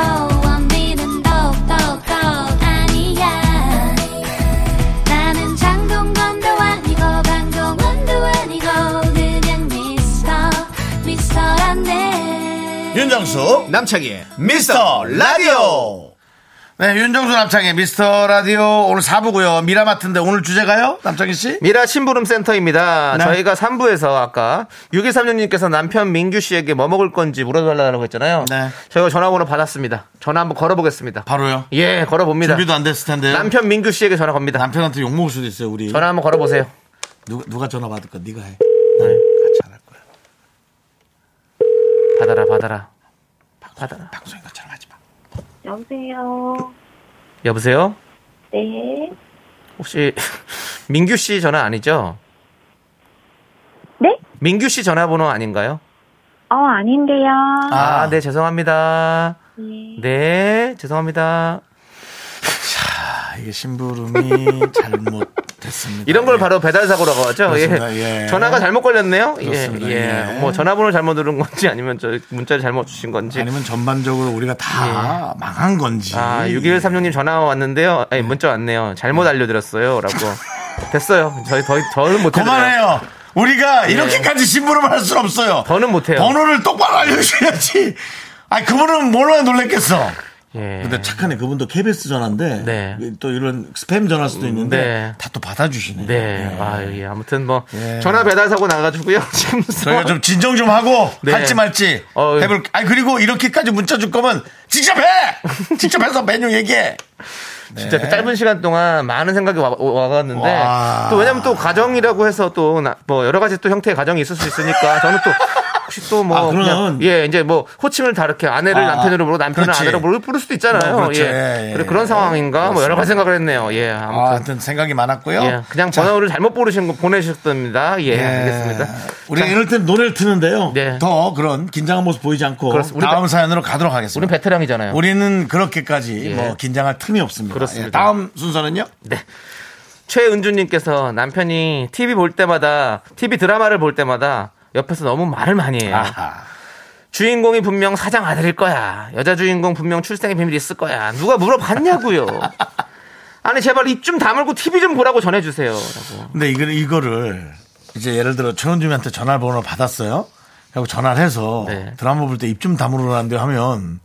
원빈은 더욱더 아니야 나는 장동건도 아니고 강동원도 아니고 그냥 미스터 미스터란데
윤정수 남창희의 미스터 라디오 네 윤정수 남창희 미스터 라디오 오늘 4부고요 미라마트인데 오늘 주제가요 남창희씨
미라 심부름 센터입니다.
네.
저희가 3부에서 아까 6136님께서 남편 민규 씨에게 뭐 먹을 건지 물어달라고 했잖아요.
네.
저희가 전화번호 받았습니다. 전화 한번 걸어보겠습니다.
바로요
예, 걸어봅니다.
준비도 안 됐을 텐데 남편.
남편 민규 씨에게 전화 겁니다.
남편한테 욕먹을 수도 있어요 우리
전화 한번 걸어보세요.
누가, 누가 전화 받을 거야 네가 해 나는 같이 안 할 거야
받아라, 받아라. 받아라.
방송에 나처럼 하지 마
여보세요.
여보세요?
네.
혹시 민규 씨 전화 아니죠?
네?
민규 씨 전화번호 아닌가요?
어, 아닌데요.
아, 네, 죄송합니다.
예.
네, 죄송합니다.
아, 이게 심부름이 잘못됐습니다
이런 걸
예.
바로 배달 사고라고 하죠.
그렇습니다. 예.
전화가 잘못 걸렸네요.
그렇습니다.
예.
예.
뭐 전화번호 를 잘못 누른 건지 아니면 저 문자를 잘못 주신 건지.
아니면 전반적으로 우리가 다 망한 건지
예. 아, 6136님 전화 왔는데요. 아니, 문자 왔네요. 잘못 알려드렸어요. 라고. 됐어요. 저희 더, 더는 못해요.
그만해요. 우리가 이렇게까지 심부름을 할 수는 없어요.
더는 예. 못해요.
번호를 똑바로 알려주셔야지. 아니, 그분은 뭘로 놀랬겠어.
예.
근데 착하네. 그분도 KBS 전화인데
네.
또 이런 스팸 전화일 수도 있는데
네.
다 또 받아주시네.
네.
예.
아, 예. 아무튼 뭐.
예.
전화 배달 사고 나가지고요. 지금
저희가 좀 진정 좀 하고
네.
할지 말지
어,
해볼. 아니 그리고 이렇게까지 문자 줄 거면 직접 해. 직접 해서 메뉴 얘기해.
진짜 그 짧은 시간 동안 많은 생각이 와, 와갔는데
네. 와.
또 왜냐면 또 가정이라고 해서 또 뭐 여러 가지 또 형태의 가정이 있을 수 있으니까 저는 또 혹시 또 뭐
아, 그럼.
예 이제 뭐 호칭을 다 이렇게 아내를
아,
남편으로 부르고 남편을
그렇지.
아내로 부르- 부를 수도 있잖아요
뭐, 그렇죠. 예,
예.
예.
그래 그런 상황인가 뭐 여러 가지 생각을 했네요 예
아,
아무튼
하여튼 생각이 많았고요.
예 그냥
자,
번호를 잘못 부르신 거 보내셨답니다 예, 알겠습니다
우리가
자,
이럴 땐 노래를 트는데요.
네.
더 그런 긴장한 모습 보이지 않고
그렇습니다. 우리
다음
배-
사연으로 가도록 하겠습니다.
우린 베테랑이잖아요
우리는 그렇게까지
예.
뭐 긴장할 틈이 없습니다.
그렇습니다. 네.
예, 다음 순서는요?
최은주님께서 남편이 TV 볼 때마다 TV 드라마를 볼 때마다 옆에서 너무 말을 많이 해요.
아하.
주인공이 분명 사장 아들일 거야. 여자 주인공 분명 출생의 비밀이 있을 거야. 누가 물어봤냐고요. 아니 제발 입 좀 다물고 TV 좀 보라고 전해주세요. 라고.
근데 이거, 이거를 이제 예를 들어 최원주님한테 전화번호를 받았어요. 그리고 전화를 해서
네.
드라마 볼 때 입 좀 다물으라는데 하면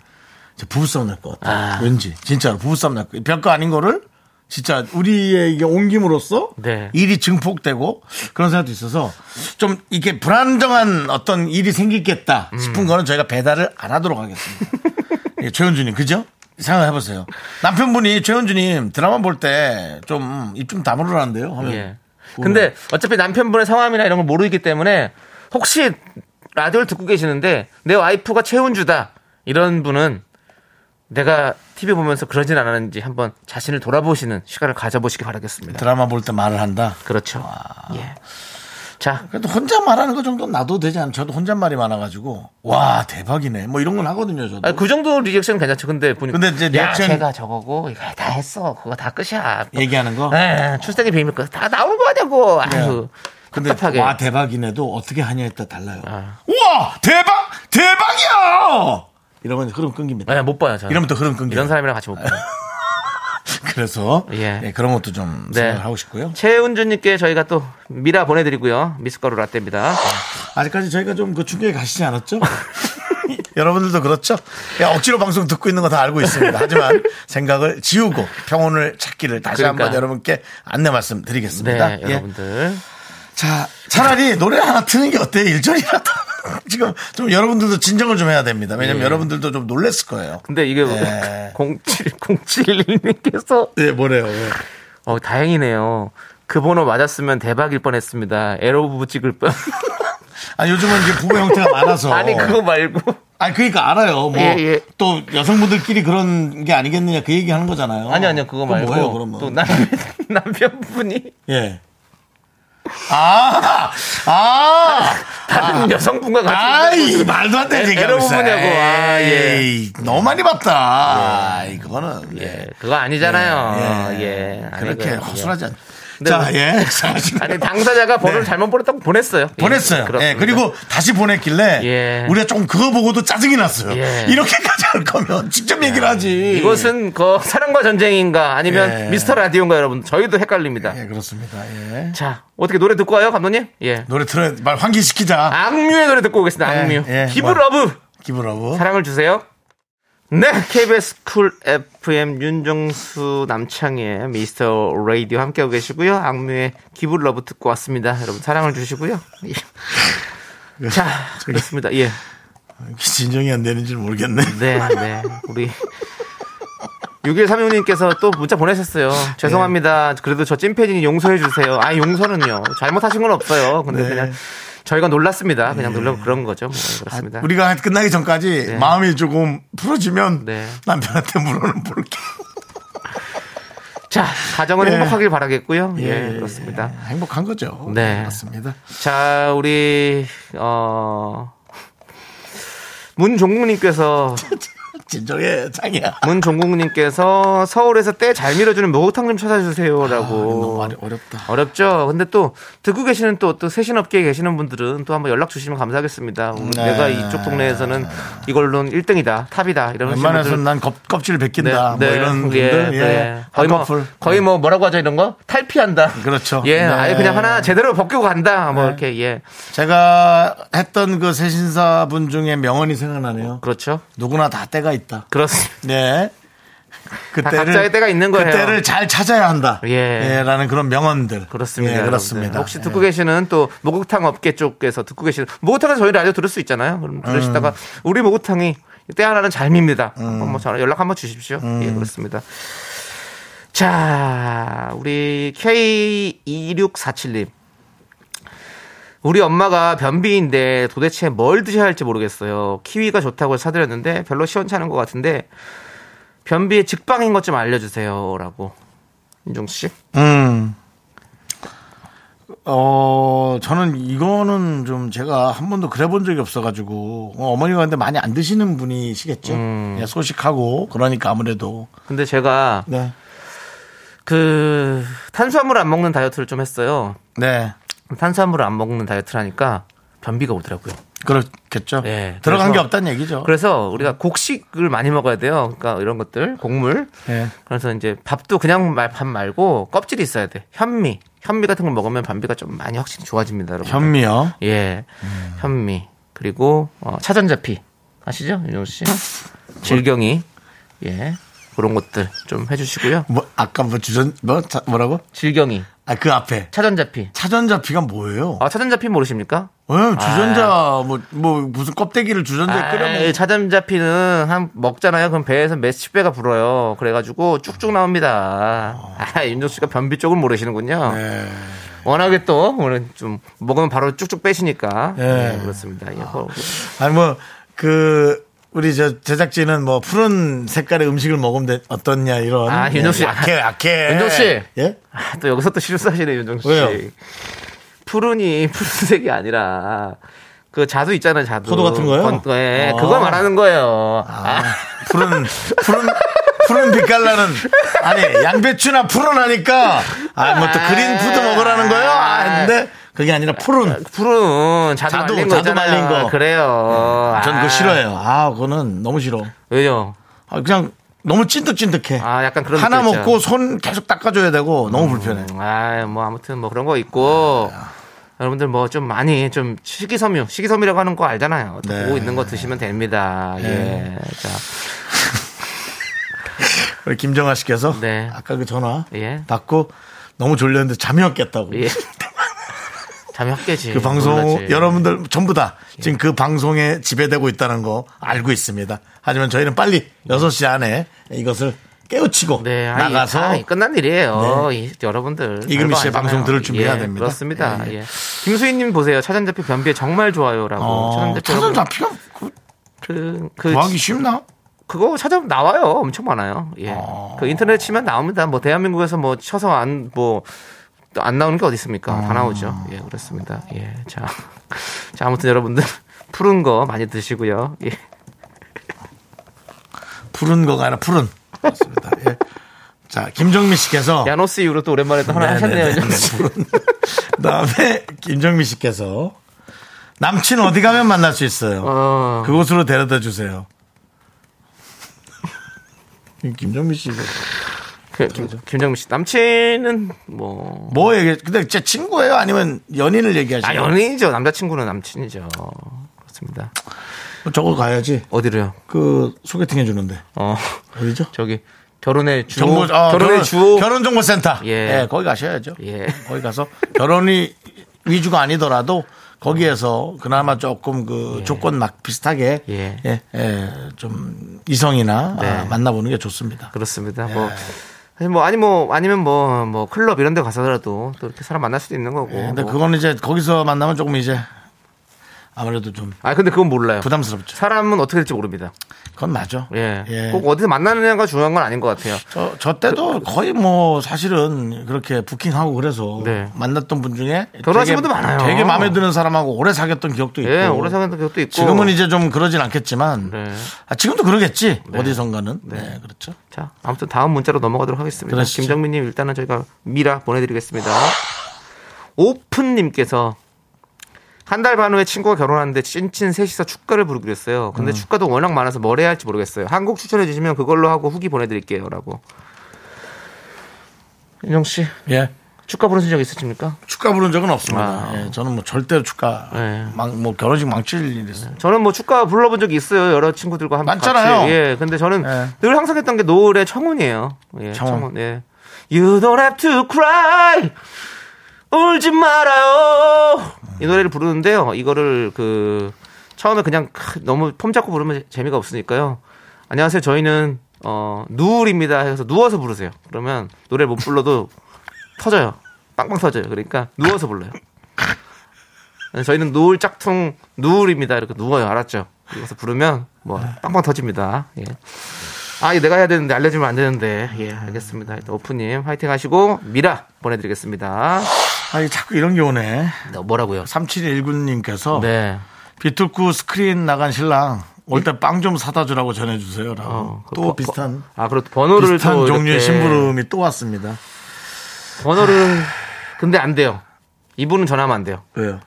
이제 부부싸움 날 것 같아요.
아.
왠지. 진짜로 부부싸움 날 것. 별거 아닌 거를 진짜 우리의 이게 옮김으로써
네.
일이 증폭되고 그런 생각도 있어서 좀 이게 불안정한 어떤 일이 생기겠다
음.
싶은 거는 저희가 배달을 안 하도록 하겠습니다. 예, 최현주님, 그죠? 생각해보세요. 남편분이 최현주님 드라마 볼 때 좀 입 좀 다물으라는데요. 그 하면
예. 근데 어차피 남편분의 성함이나 이런 걸 모르기 때문에 혹시 라디오를 듣고 계시는데 내 와이프가 최은주다 이런 분은 내가 TV 보면서 그러진 않았는지 한번 자신을 돌아보시는 시간을 가져보시기 바라겠습니다.
드라마 볼 때 말을 한다.
그렇죠. 예. 자,
그래도 혼자 말하는 거 정도는 나도 되지 않아요. 저도 혼잣말이 많아가지고 와 대박이네. 뭐 이런 건 하거든요. 저도.
아, 그 정도 리액션 은 괜찮죠. 근데 보니까
근데 이제 리액션-
야, 제가 저거고 이거 다 했어. 그거 다 끝이야.
얘기하는 거.
예, 출생의 비밀 거다 나온 거냐고. 아유.
네. 근데
답답하게.
와 대박이네도 어떻게 하냐에 따라 달라요.
아.
우와 대박 대박이야. 이러면 흐름 끊깁니다.
예, 못 봐요, 저는.
이러면 아, 또 흐름 끊겨.
이런 사람이랑 같이 못 봐요.
그래서
예.
예, 그런 것도 좀
네.
생각을 하고 싶고요.
최은주님께 저희가 또 미라 보내드리고요. 미숫가루 라떼입니다.
아직까지 저희가 좀 그 충격에 가시지 않았죠? 여러분들도 그렇죠? 예, 억지로 방송 듣고 있는 거 다 알고 있습니다. 하지만 생각을 지우고 평온을 찾기를 다시
그러니까.
한번 여러분께 안내
네,
말씀드리겠습니다. 예.
여러분들.
자, 차라리 노래 하나 트는 게 어때요? 일절이라도. 지금 좀 여러분들도 진정을 좀 해야 됩니다. 왜냐면
예.
여러분들도 좀 놀랬을 거예요.
근데 이게
네.
07071님께서
예, 뭐래요?
어, 다행이네요. 그 번호 맞았으면 대박일 뻔했습니다. 에러부부 찍을 뻔.
아, 요즘은 이제 부부 형태가 많아서.
아니 그거 말고
아니, 그러니까 알아요. 뭐,
예, 예.
또 여성분들끼리 그런 게 아니겠느냐 그 얘기 하는 거잖아요.
아니 아니요 그거
그건
말고
뭐예요, 그러면?
또 남, 남편분이
예. 아, 아,
다른 여성분과 같이
아이, 말도 안 되는
에-
얘기하고
에러
있어요.
부부냐고. 아, 예.
에이, 너무 많이 봤다. 아이, 그거는. 예.
예, 그거 아니잖아요. 예, 아니고요.
그렇게
예.
허술하지 않죠.
네.
자, 예. 자, 지금
아니 당사자가 번호를
네.
잘못 보냈다고 보냈어요. 예,
보냈어요. 예,
그렇습니다.
그리고 다시 보냈길래
예.
우리가 좀 그거 보고도 짜증이 났어요.
예.
이렇게까지 할 거면 직접 얘기를 하지.
이것은 그 사랑과 전쟁인가 아니면
예.
미스터 라디오인가 여러분 저희도 헷갈립니다.
예, 그렇습니다. 예.
자 어떻게 노래 듣고 와요 감독님? 예.
노래 틀어 말 환기시키자.
악뮤의 노래 듣고 오겠습니다.
예,
악뮤.
예,
기브러브
기브러브.
어? 사랑을 주세요. 네, KBS 쿨 FM 윤정수 남창의 미스터 라디오 함께하고 계시고요. 악뮤의 기브러브 듣고 왔습니다. 여러분 사랑을 주시고요. 예.
네.
자, 그렇습니다. 예.
진정이 안 되는지 모르겠네.
네, 네. 우리 6136님께서 또 문자 보내셨어요.
네.
죄송합니다. 그래도 저 찐팬이니 용서해 주세요. 아, 용서는요. 잘못하신 건 없어요. 근데
네.
그냥 저희가 놀랐습니다. 그냥 놀라 그런 거죠. 뭐, 그렇습니다.
아, 우리가 끝나기 전까지
네.
마음이 조금 풀어지면
네.
남편한테 물어는 볼게.
자, 가정은
예.
행복하길 바라겠고요. 예,
예,
그렇습니다.
예, 행복한 거죠.
네.
맞습니다.
자, 우리 어 문종국님께서
진정해, 장이야.
문종국님께서 서울에서 때 잘 밀어주는 목욕탕 좀 찾아주세요라고.
아, 너무 어려- 어렵다.
어렵죠. 근데 또 듣고 계시는 또 또 세신업계에 계시는 분들은 또 한번 연락 주시면 감사하겠습니다. 음,
네.
내가 이쪽 동네에서는 이걸로는 1등이다, 탑이다 이런 네,
웬만해서는 난 겁, 껍질 벗긴다. 뭐 이런 분들. 예.
거의 뭐
한꺼풀.
거의 뭐 뭐라고 하죠 이런 거 탈피한다.
그렇죠.
예,
네.
아예 그냥 하나 제대로 벗기고 간다. 뭐 이렇게 예,
제가 했던 그 세신사분 중에 명언이 생각나네요.
그렇죠.
누구나 다 때가 있다.
그렇습니다.
네.
각자의 때가 있는 거예요.
그때를 잘 찾아야 한다.
예.
예, 라는 그런 명언들.
그렇습니다.
예,
여러분들.
그렇습니다.
혹시
예.
듣고 계시는 또 목욕탕 업계 쪽에서 듣고 계시는 목욕탕에서 저희 라디오 들을 수 있잖아요. 그럼 들으시다가
음.
우리 목욕탕이 때 하나는 잘 밉니다. 한번 뭐 전화 연락 한번 주십시오.
음.
예, 그렇습니다. 자, 우리 K2647님. 우리 엄마가 변비인데 도대체 뭘 드셔야 할지 모르겠어요. 키위가 좋다고 해서 사드렸는데 별로 시원찮은 것 같은데 변비의 직방인 것 좀 알려주세요. 라고. 윤종수 씨.
음. 어, 저는 이거는 좀 제가 한 번도 그래 본 적이 없어가지고, 어, 어머니가 근데 많이 안 드시는 분이시겠죠?
음.
예, 소식하고, 그러니까 아무래도.
근데 제가
네.
그 탄수화물 안 먹는 다이어트를 좀 했어요.
네.
탄수화물을 안 먹는 다이어트를 하니까 변비가 오더라고요.
그렇겠죠.
예,
들어간
그래서-
게 없다는 얘기죠.
그래서 우리가 곡식을 많이 먹어야 돼요. 그러니까 이런 것들, 곡물.
예.
그래서 이제 밥도 그냥 말- 밥 말고 껍질이 있어야 돼. 현미. 현미 같은 걸 먹으면 변비가 좀 많이 확실히 좋아집니다, 여러분.
현미요. 음.
예. 현미. 그리고 어, 차전자피. 아시죠? 윤호 씨. 질경이. 예. 그런 것들 좀 해 주시고요.
뭐, 아까 뭐 주전, 뭐, 자- 뭐라고?
질경이.
아, 그 앞에.
차전자피.
차전자피가 뭐예요?
아, 차전자피 모르십니까?
예, 주전자, 뭐, 뭐, 무슨 껍데기를 예, 주전자에
아이, 예,
끓여먹는.
차잠자피는 한 먹잖아요. 그럼 배에서 몇십 배가 불어요. 그래가지고 쭉쭉 나옵니다. 아, 윤정수 씨가 변비 쪽을 모르시는군요.
네.
워낙에 또 오늘 좀 먹으면 바로 쭉쭉 빼시니까
예.
네, 그렇습니다. 예, 그-
아니, 뭐, 그, 우리 저 제작진은 뭐, 푸른 색깔의 음식을 먹으면 되- 어떻냐, 이런.
아, 윤정 씨.
예, 약해, 약해.
윤정 씨.
예?
아, 또 여기서 또 실수하시네 윤정수 씨.
왜요?
푸른이 푸른색이 아니라 그 자두 있잖아요. 자두.
포도 같은 거요?
건- 예,
아.
그거 말하는 거예요.
아, 푸른, 푸른, 푸른 빛깔 나는, 아니, 양배추나 푸른 하니까, 아, 뭐 또 그린 푸드 먹으라는 거요? 아, 근데, 그게 아니라 푸른.
푸른 자두,
자두,
말린
자두
거잖아요.
말린 거. 음,
그래요.
전
아,
그거 싫어해요. 아, 그거는 너무 싫어.
왜요?
아, 그냥 너무 찐득찐득해.
아, 약간 그런
하나
느낌 있잖아. 음.
먹고 손 계속 닦아줘야 되고 너무 불편해.
아, 뭐 아무튼 뭐 그런 거 있고
아.
여러분들 뭐 좀 많이 좀 식이섬유, 식이섬유라고 하는 거 알잖아요. 또
네.
보고 있는 거 드시면 됩니다. 예. 자,
우리 김정아 씨께서
네.
아까 그 전화
예.
받고 너무 졸렸는데 잠이 왔겠다고.
예. 잠이 확 깨지.
그 방송
놀라지. 예.
여러분들 전부 다 지금 그 방송에 지배되고 있다는 거 알고 있습니다. 하지만 저희는 빨리 6시 안에 이것을 깨우치고
네, 아니,
나가서 네.
다 끝난 일이에요. 이- 여러분들.
이금희
별거
씨의
아니잖아요.
방송 들을 준비해야
예,
됩니다.
그렇습니다.
예,
예. 김수희님 보세요. 차전자표 변비에 정말 좋아요라고.
어,
차전자표.
차선
여러분,
잡히가
그, 그,
구하기 쉽나?
그거 찾아 나와요. 엄청 많아요. 예. 그 인터넷 치면 나옵니다. 뭐 대한민국에서 뭐 쳐서 안 뭐 또 안 나오는 게 어디 있습니까? 다 나오죠. 예, 그렇습니다. 예. 자. 자, 아무튼 여러분들 푸른 거 많이 드시고요. 예.
푸른 거가 아니라 푸른. 맞습니다. 예. 자, 김정민 씨께서
야노스 이후로 또 오랜만에 또 하나
네네네.
하셨네요.
푸른. 그다음에 김정민 씨께서 남친 어디 가면 만날 수 있어요.
어.
그곳으로 데려다 주세요. 김정민 씨 이거
그, 김정민 씨 남친은 뭐
뭐 얘기? 근데 제 친구예요? 아니면 연인을
아,
얘기하시는? 거예요?
연인이죠. 남자친구는 남친이죠. 그렇습니다.
저거 가야지.
어디로요?
그 소개팅 해주는데
어.
어디죠?
저기 결혼의 주호
정보 어,
아, 결혼의
결혼
주호
결혼 정보센터.
예.
예. 거기 가셔야죠.
예.
거기 가서 결혼이 위주가 아니더라도 거기에서 그나마 조금 그 조건 막 비슷하게
어. 예.
예. 예, 좀 이성이나
네.
아, 만나보는 게 좋습니다.
그렇습니다.
예.
뭐 사실 뭐 아니 뭐 아니면 뭐 뭐 클럽 이런 데 가서라도 또 이렇게 사람 만날 수도 있는 거고.
예, 근데
뭐.
그거는 이제 거기서 만나면 조금 이제 아무래도 좀
아 근데 그건 몰라요.
부담스럽죠.
사람은 어떻게 될지 모릅니다.
그건 맞아.
예. 꼭 그- 어디서 만나느냐가 중요한 건 아닌 것 같아요.
저, 저 때도 거의 뭐 사실은 그렇게 부킹하고 그래서
네.
만났던 분 중에 되게-
결혼하신 분도 많아요.
되게 마음에 드는 사람하고 오래 사귀었던 기억도 있고.
예, 오래 사귄 것도 있고.
지금은 이제 좀 그러진 않겠지만
네.
아, 지금도 그러겠지 어디선가는 네, 그렇죠
자, 아무튼 다음 문자로 넘어가도록 하겠습니다.
그러시죠.
김정민님 일단은 저희가 미라 보내드리겠습니다. 오픈님께서 한 달 반 후에 친구가 결혼하는데 찐친 셋이서 축가를 부르기로 했어요.
음.
근데 축가도 워낙 많아서 뭘 해야 할지 모르겠어요. 한곡 추천해 주시면 그걸로 하고 후기 보내드릴게요라고. 윤정 씨
예
축가 부르신 적 있으십니까?
축가 부른 적은 없습니다
아.
예, 저는 뭐 절대로 축가
예.
막 뭐 결혼식 망칠 일이 있어요
저는 뭐 축가 불러본 적이 있어요. 여러 친구들과 함께
많잖아요.
같이. 예. 근데 저는
예.
늘 항상 했던 게 노래 청혼이에요. 예. 청혼.
청혼.
예. You don't have to cry. 울지 말아요. 이 노래를 부르는데요. 이거를 그 처음에 그냥 크- 너무 폼 잡고 부르면 재미가 없으니까요. 안녕하세요. 저희는 어 누울입니다. 해서 누워서 부르세요. 그러면 노래 못 불러도 터져요. 빵빵 터져요. 그러니까 누워서 불러요. 네, 저희는 누울 짝퉁 누울입니다. 이렇게 누워요. 알았죠? 이것서 부르면 뭐
네.
빵빵 터집니다. 예. 아, 이거 내가 해야 되는데 알려주면 안 되는데. 예, 알겠습니다. 일단 오프님 화이팅 하시고 미라 보내드리겠습니다.
아니 자꾸 이런 게 오네
네, 뭐라고요?
3719님께서
네.
비틀쿠 스크린 나간 신랑 올 때 빵 좀 사다 주라고 전해주세요 라고
어, 그
또
버-
비슷한
아, 그리고 번호를
비슷한
또
종류의
이렇게
심부름이 또 왔습니다
번호를 근데 안 돼요. 이분은 전화하면 안 돼요.
왜요?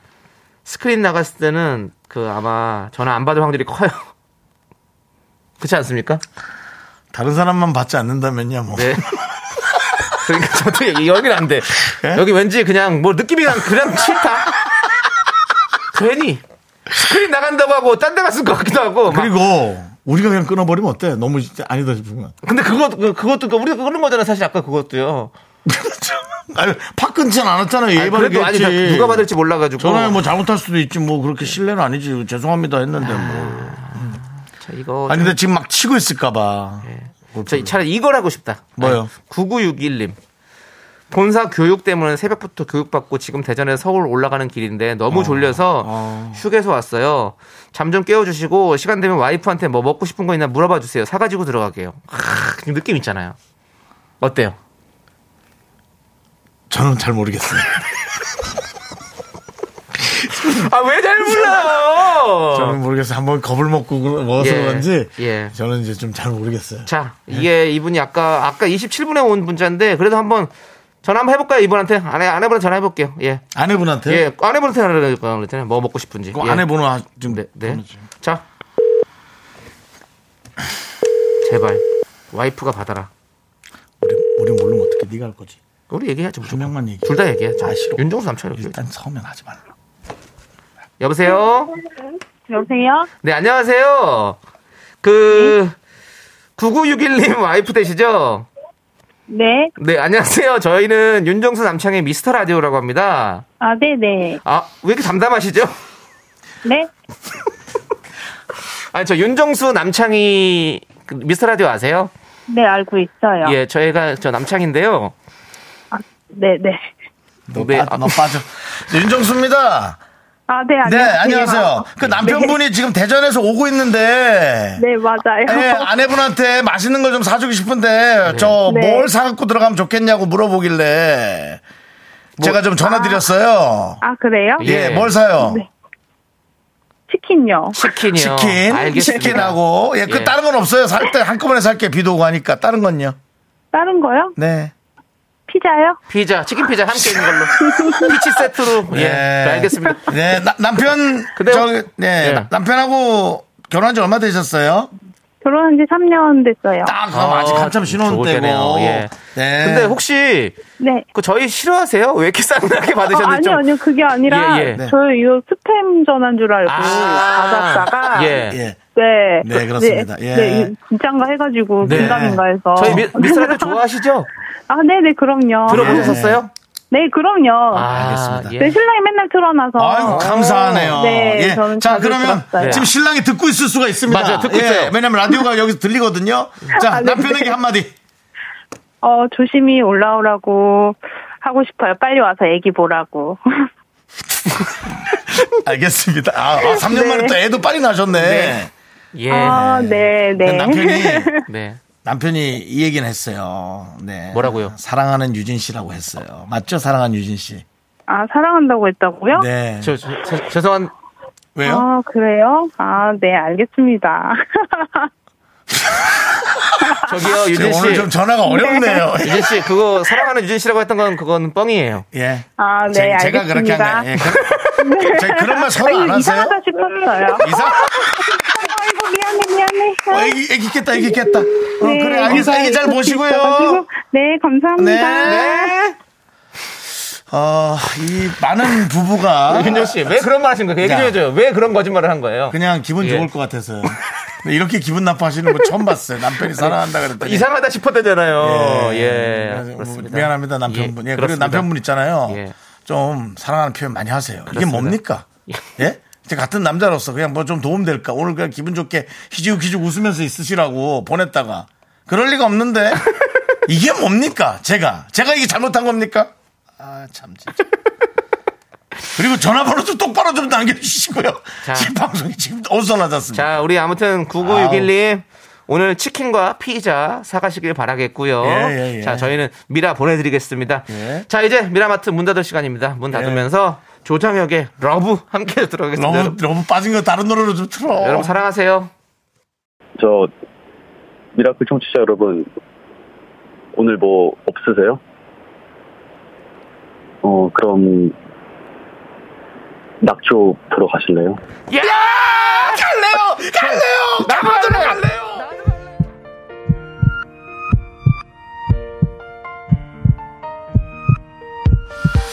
스크린 나갔을 때는 그 아마 전화 안 받을 확률이 커요. 그렇지 않습니까?
다른 사람만 받지 않는다면요 뭐
네. 그러니까 저도 여기- 여기는 안 돼.
예?
여기 왠지 그냥 뭐 느낌이 그냥, 그냥 싫다. 괜히 스크린 나간다고 하고 딴 데 갔을 것 같기도 하고. 막.
그리고 우리가 그냥 끊어버리면 어때? 너무 진짜 아니다 싶으면
근데 그거 그- 그것도 그 우리가 그런 거잖아 사실 아까 그것도요.
아니, 팍 끊진 않았잖아요. 예의
아니,
바르게
그래도 아니 다
했지.
누가 받을지 예. 몰라가지고.
전화에 뭐 잘못할 수도 있지 뭐 그렇게 신뢰는 아니지 죄송합니다 했는데
아,
뭐
자, 이거
아니 근데 지금 막 치고 있을까봐
예. 저 차라리 이걸 하고 싶다.
뭐요?
9961님. 본사 교육 때문에 새벽부터 교육받고 지금 대전에서 서울 올라가는 길인데 너무 졸려서 휴게소 왔어요. 잠 좀 깨워주시고 시간 되면 와이프한테 뭐 먹고 싶은 거 있나 물어봐 주세요. 사가지고 들어갈게요. 크, 그 느낌 있잖아요. 어때요?
저는 잘 모르겠어요.
아 왜 잘 몰라요?
저는 모르겠어요. 한번 겁을 먹고 그- 먹어서
예,
그런지
예.
저는 이제 좀 잘 모르겠어요.
자 이게 이분이 아까 아까 27분에 온 분자인데 그래도 한번 전화 한번 해볼까요 이분한테 아내 아내분한테 전화 해볼게요. 예.
아내분한테
예, 아내분한테 전화를 했잖아요. 뭐 먹고 싶은지.
그거
예.
아내번호 하- 좀
네, 네. 자. 제발 와이프가 받아라.
우리 모르면 어떻게 네가 할 거지?
우리 얘기해야지.
한 명만 얘기.
둘 다 얘기해.
아 싫어.
윤정수 남편이 얘기해.
일단 서면 하지 말라.
여보세요?
여보세요?
네, 안녕하세요. 그, 9961님 와이프 되시죠?
네.
네, 안녕하세요. 저희는 윤정수 남창의 미스터 라디오라고 합니다.
아, 네네.
아, 왜 이렇게 담담하시죠?
네?
아니, 저 윤정수 남창이 그 미스터 라디오 아세요?
네, 알고 있어요.
예, 저희가 저 남창인데요.
네네.
너, 빠, 너 빠져. 저 윤정수입니다.
아, 네,
네,
안녕하세요.
안녕하세요. 그 남편분이 지금 대전에서 오고 있는데.
네, 맞아요.
예, 아내분한테 맛있는 걸 좀 사주기 싶은데 저 뭘
네.
사갖고 들어가면 좋겠냐고 물어보길래
뭐,
제가 좀
아.
전화드렸어요.
아, 그래요?
예, 뭘 사요?
네.
치킨요.
치킨이요.
치킨,
알겠습니다.
치킨하고 예, 그
예.
다른 건 없어요. 살 때 한꺼번에 살게 비도 오고 하니까 다른 건요.
다른 거요?
네.
피자요?
피자, 치킨 피자 함께 있는 걸로. 피치 세트로. 예,
네.
알겠습니다.
네, 나- 남편
근데-
저기 네,
예.
나- 남편하고 결혼한 지 얼마 되셨어요?
결혼한 지 3년 됐어요.
딱 그럼
어,
아직 한참 신혼
좋을
때고.
때네요. 예.
네.
근데 혹시
네.
그 저희 싫어하세요? 왜 이렇게 쌍나게
어,
받으셨는지
아니요,
좀
아니요. 그게 아니라
예, 예.
네.
저이 스팸 전화인 줄 알고
아.
그 받았다가
예.
예.
네.
네, 그렇습니다.
네,
예.
네, 진짠가 해가지고
네.
긴가민가 해서
저희 미, 미스라드 좋아하시죠?
아, 네네, 그럼요.
들어보셨었어요? 아,
네, 그럼요.
알겠습니다.
예.
내 신랑이 맨날 틀어놔서.
아이고 감사하네요.
네,
예.
저는
자
자주
그러면
들었어요.
지금 신랑이 듣고 있을 수가 있습니다.
맞아요, 듣고
예,
있어요.
왜냐면 라디오가 여기서 들리거든요. 자
아, 네,
남편에게
네.
한마디.
어, 조심히 올라오라고 하고 싶어요. 빨리 와서 애기 보라고.
알겠습니다. 아, 아 3년 만에
네.
또 애도 빨리 나셨네.
네. 예.
아, 네,
근데
네.
남편이
네.
남편이 이 얘기는 했어요. 네.
뭐라고요?
사랑하는 유진 씨라고 했어요. 맞죠? 사랑하는 유진 씨.
아, 사랑한다고 했다고요?
네.
저, 저, 저- 죄송한
왜요?
아, 그래요? 아, 네, 알겠습니다.
저기요
제가
유진 씨.
아, 오늘 좀 전화가 어렵네요.
유진 씨 그거 사랑하는 유진 씨라고 했던 건 그건 뻥이에요.
예.
아, 네,
제-
알겠습니다.
제가 그렇게 한 거예요. 예, 그런- 제가 그런 말 서로 안
아유,
하세요?
이상하다 싶었어요.
이상?
아이고, 미안해, 미안해.
어, 애기, 애기 겠다, 애기 겠다. 어,
네,
그래, 아기,
감사해요.
아기 잘
이렇게
보시고요.
있어가지고. 네, 감사합니다.
네.
어, 이 많은 부부가
윤정 씨 왜 그런 말 하신 거예요? 얘기 좀 해줘요. 왜 그런 거짓말을 한 거예요?
그냥 기분
예.
좋을 것 같아서요. 근데 이렇게 기분 나빠하시는 거 처음 봤어요. 남편이 사랑한다 그랬더니.
이상하다 싶었대잖아요. 예.
그래서 뭐
그렇습니다.
미안합니다, 남편분. 예, 그리고
그렇습니다.
남편분 있잖아요.
예.
좀 사랑하는 표현 많이 하세요. 이게
그렇습니다.
뭡니까? 예? 제가 같은 남자로서 그냥 뭐 좀 도움 될까? 오늘 그냥 기분 좋게 희죽희죽 웃으면서 있으시라고 보냈다가. 그럴 리가 없는데. 이게 뭡니까? 제가. 제가 이게 잘못한 겁니까? 아, 참, 진짜. 그리고 전화번호 좀 똑바로 좀 남겨주시고요.
자.
이 방송이 지금 어디서 나졌습니까?
자, 우리 아무튼 9961님 오늘 치킨과 피자 사가시길 바라겠고요.
예, 예, 예.
자, 저희는 미라 보내드리겠습니다.
예.
자, 이제 미라마트 문 닫을 시간입니다. 문 닫으면서 조정혁의 러브 함께 들어가겠습니다.
너무, 너무 빠진 거 다른 노래로 좀 틀어.
여러분 사랑하세요.
저 미라클 청취자 여러분 오늘 뭐 없으세요? 어 그럼 낙조 보러 가실래요?
야!
갈래요! 갈래요!
나가들어
갈래요!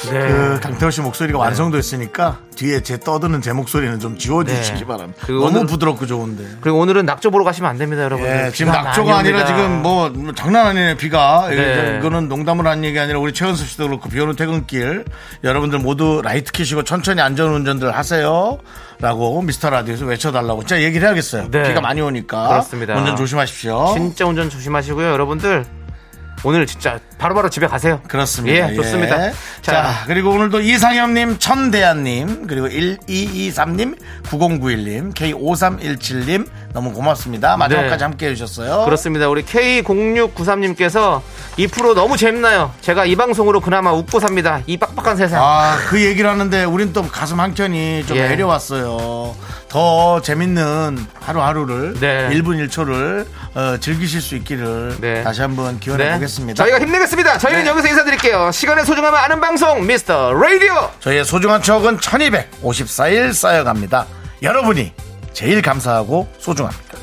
그 강태호 씨 목소리가
네.
완성됐으니까 뒤에 제 떠드는 제 목소리는 좀 지워주시기
네.
바랍니다.
그
너무
오늘은- 네,
부드럽고 좋은데.
그리고 오늘은 낙조 보러 가시면 안 됩니다, 여러분.
예, 지금 낙조가 아니라 지금 뭐, 뭐 장난 아니네 비가.
네.
예, 이거는 농담을 한 얘기 아니라 우리 최연섭 씨도 그렇고 비오는 퇴근길 여러분들 모두 라이트 켜시고 천천히 안전운전들 하세요라고 미스터 라디오에서 외쳐달라고 진짜 얘기를 해야겠어요.
네.
비가 많이 오니까
그렇습니다.
운전 조심하십시오.
진짜 운전 조심하시고요, 여러분들. 오늘 진짜 바로바로 집에 가세요.
그렇습니다.
예, 좋습니다.
예. 자, 그리고 오늘도 이상엽님, 천대한님, 그리고 1223님, 9091님, K5317님, 너무 고맙습니다. 마지막까지
네.
함께 해주셨어요.
그렇습니다. 우리 K0693님께서 이 프로 너무 재밌나요? 제가 이 방송으로 그나마 웃고 삽니다. 이 빡빡한 세상.
아, 그 얘기를 하는데 우린 또 가슴 한켠이 좀
예.
내려왔어요. 더 재밌는 하루하루를
네.
1분 1초를 어, 즐기실 수 있기를
네.
다시 한번 기원해
네.
보겠습니다.
저희가 힘내겠습니다. 저희는
네.
여기서 인사드릴게요. 시간의 소중함을 아는 방송 미스터 라디오.
저희의 소중한 추억은 1254일 쌓여갑니다. 여러분이 제일 감사하고 소중합니다.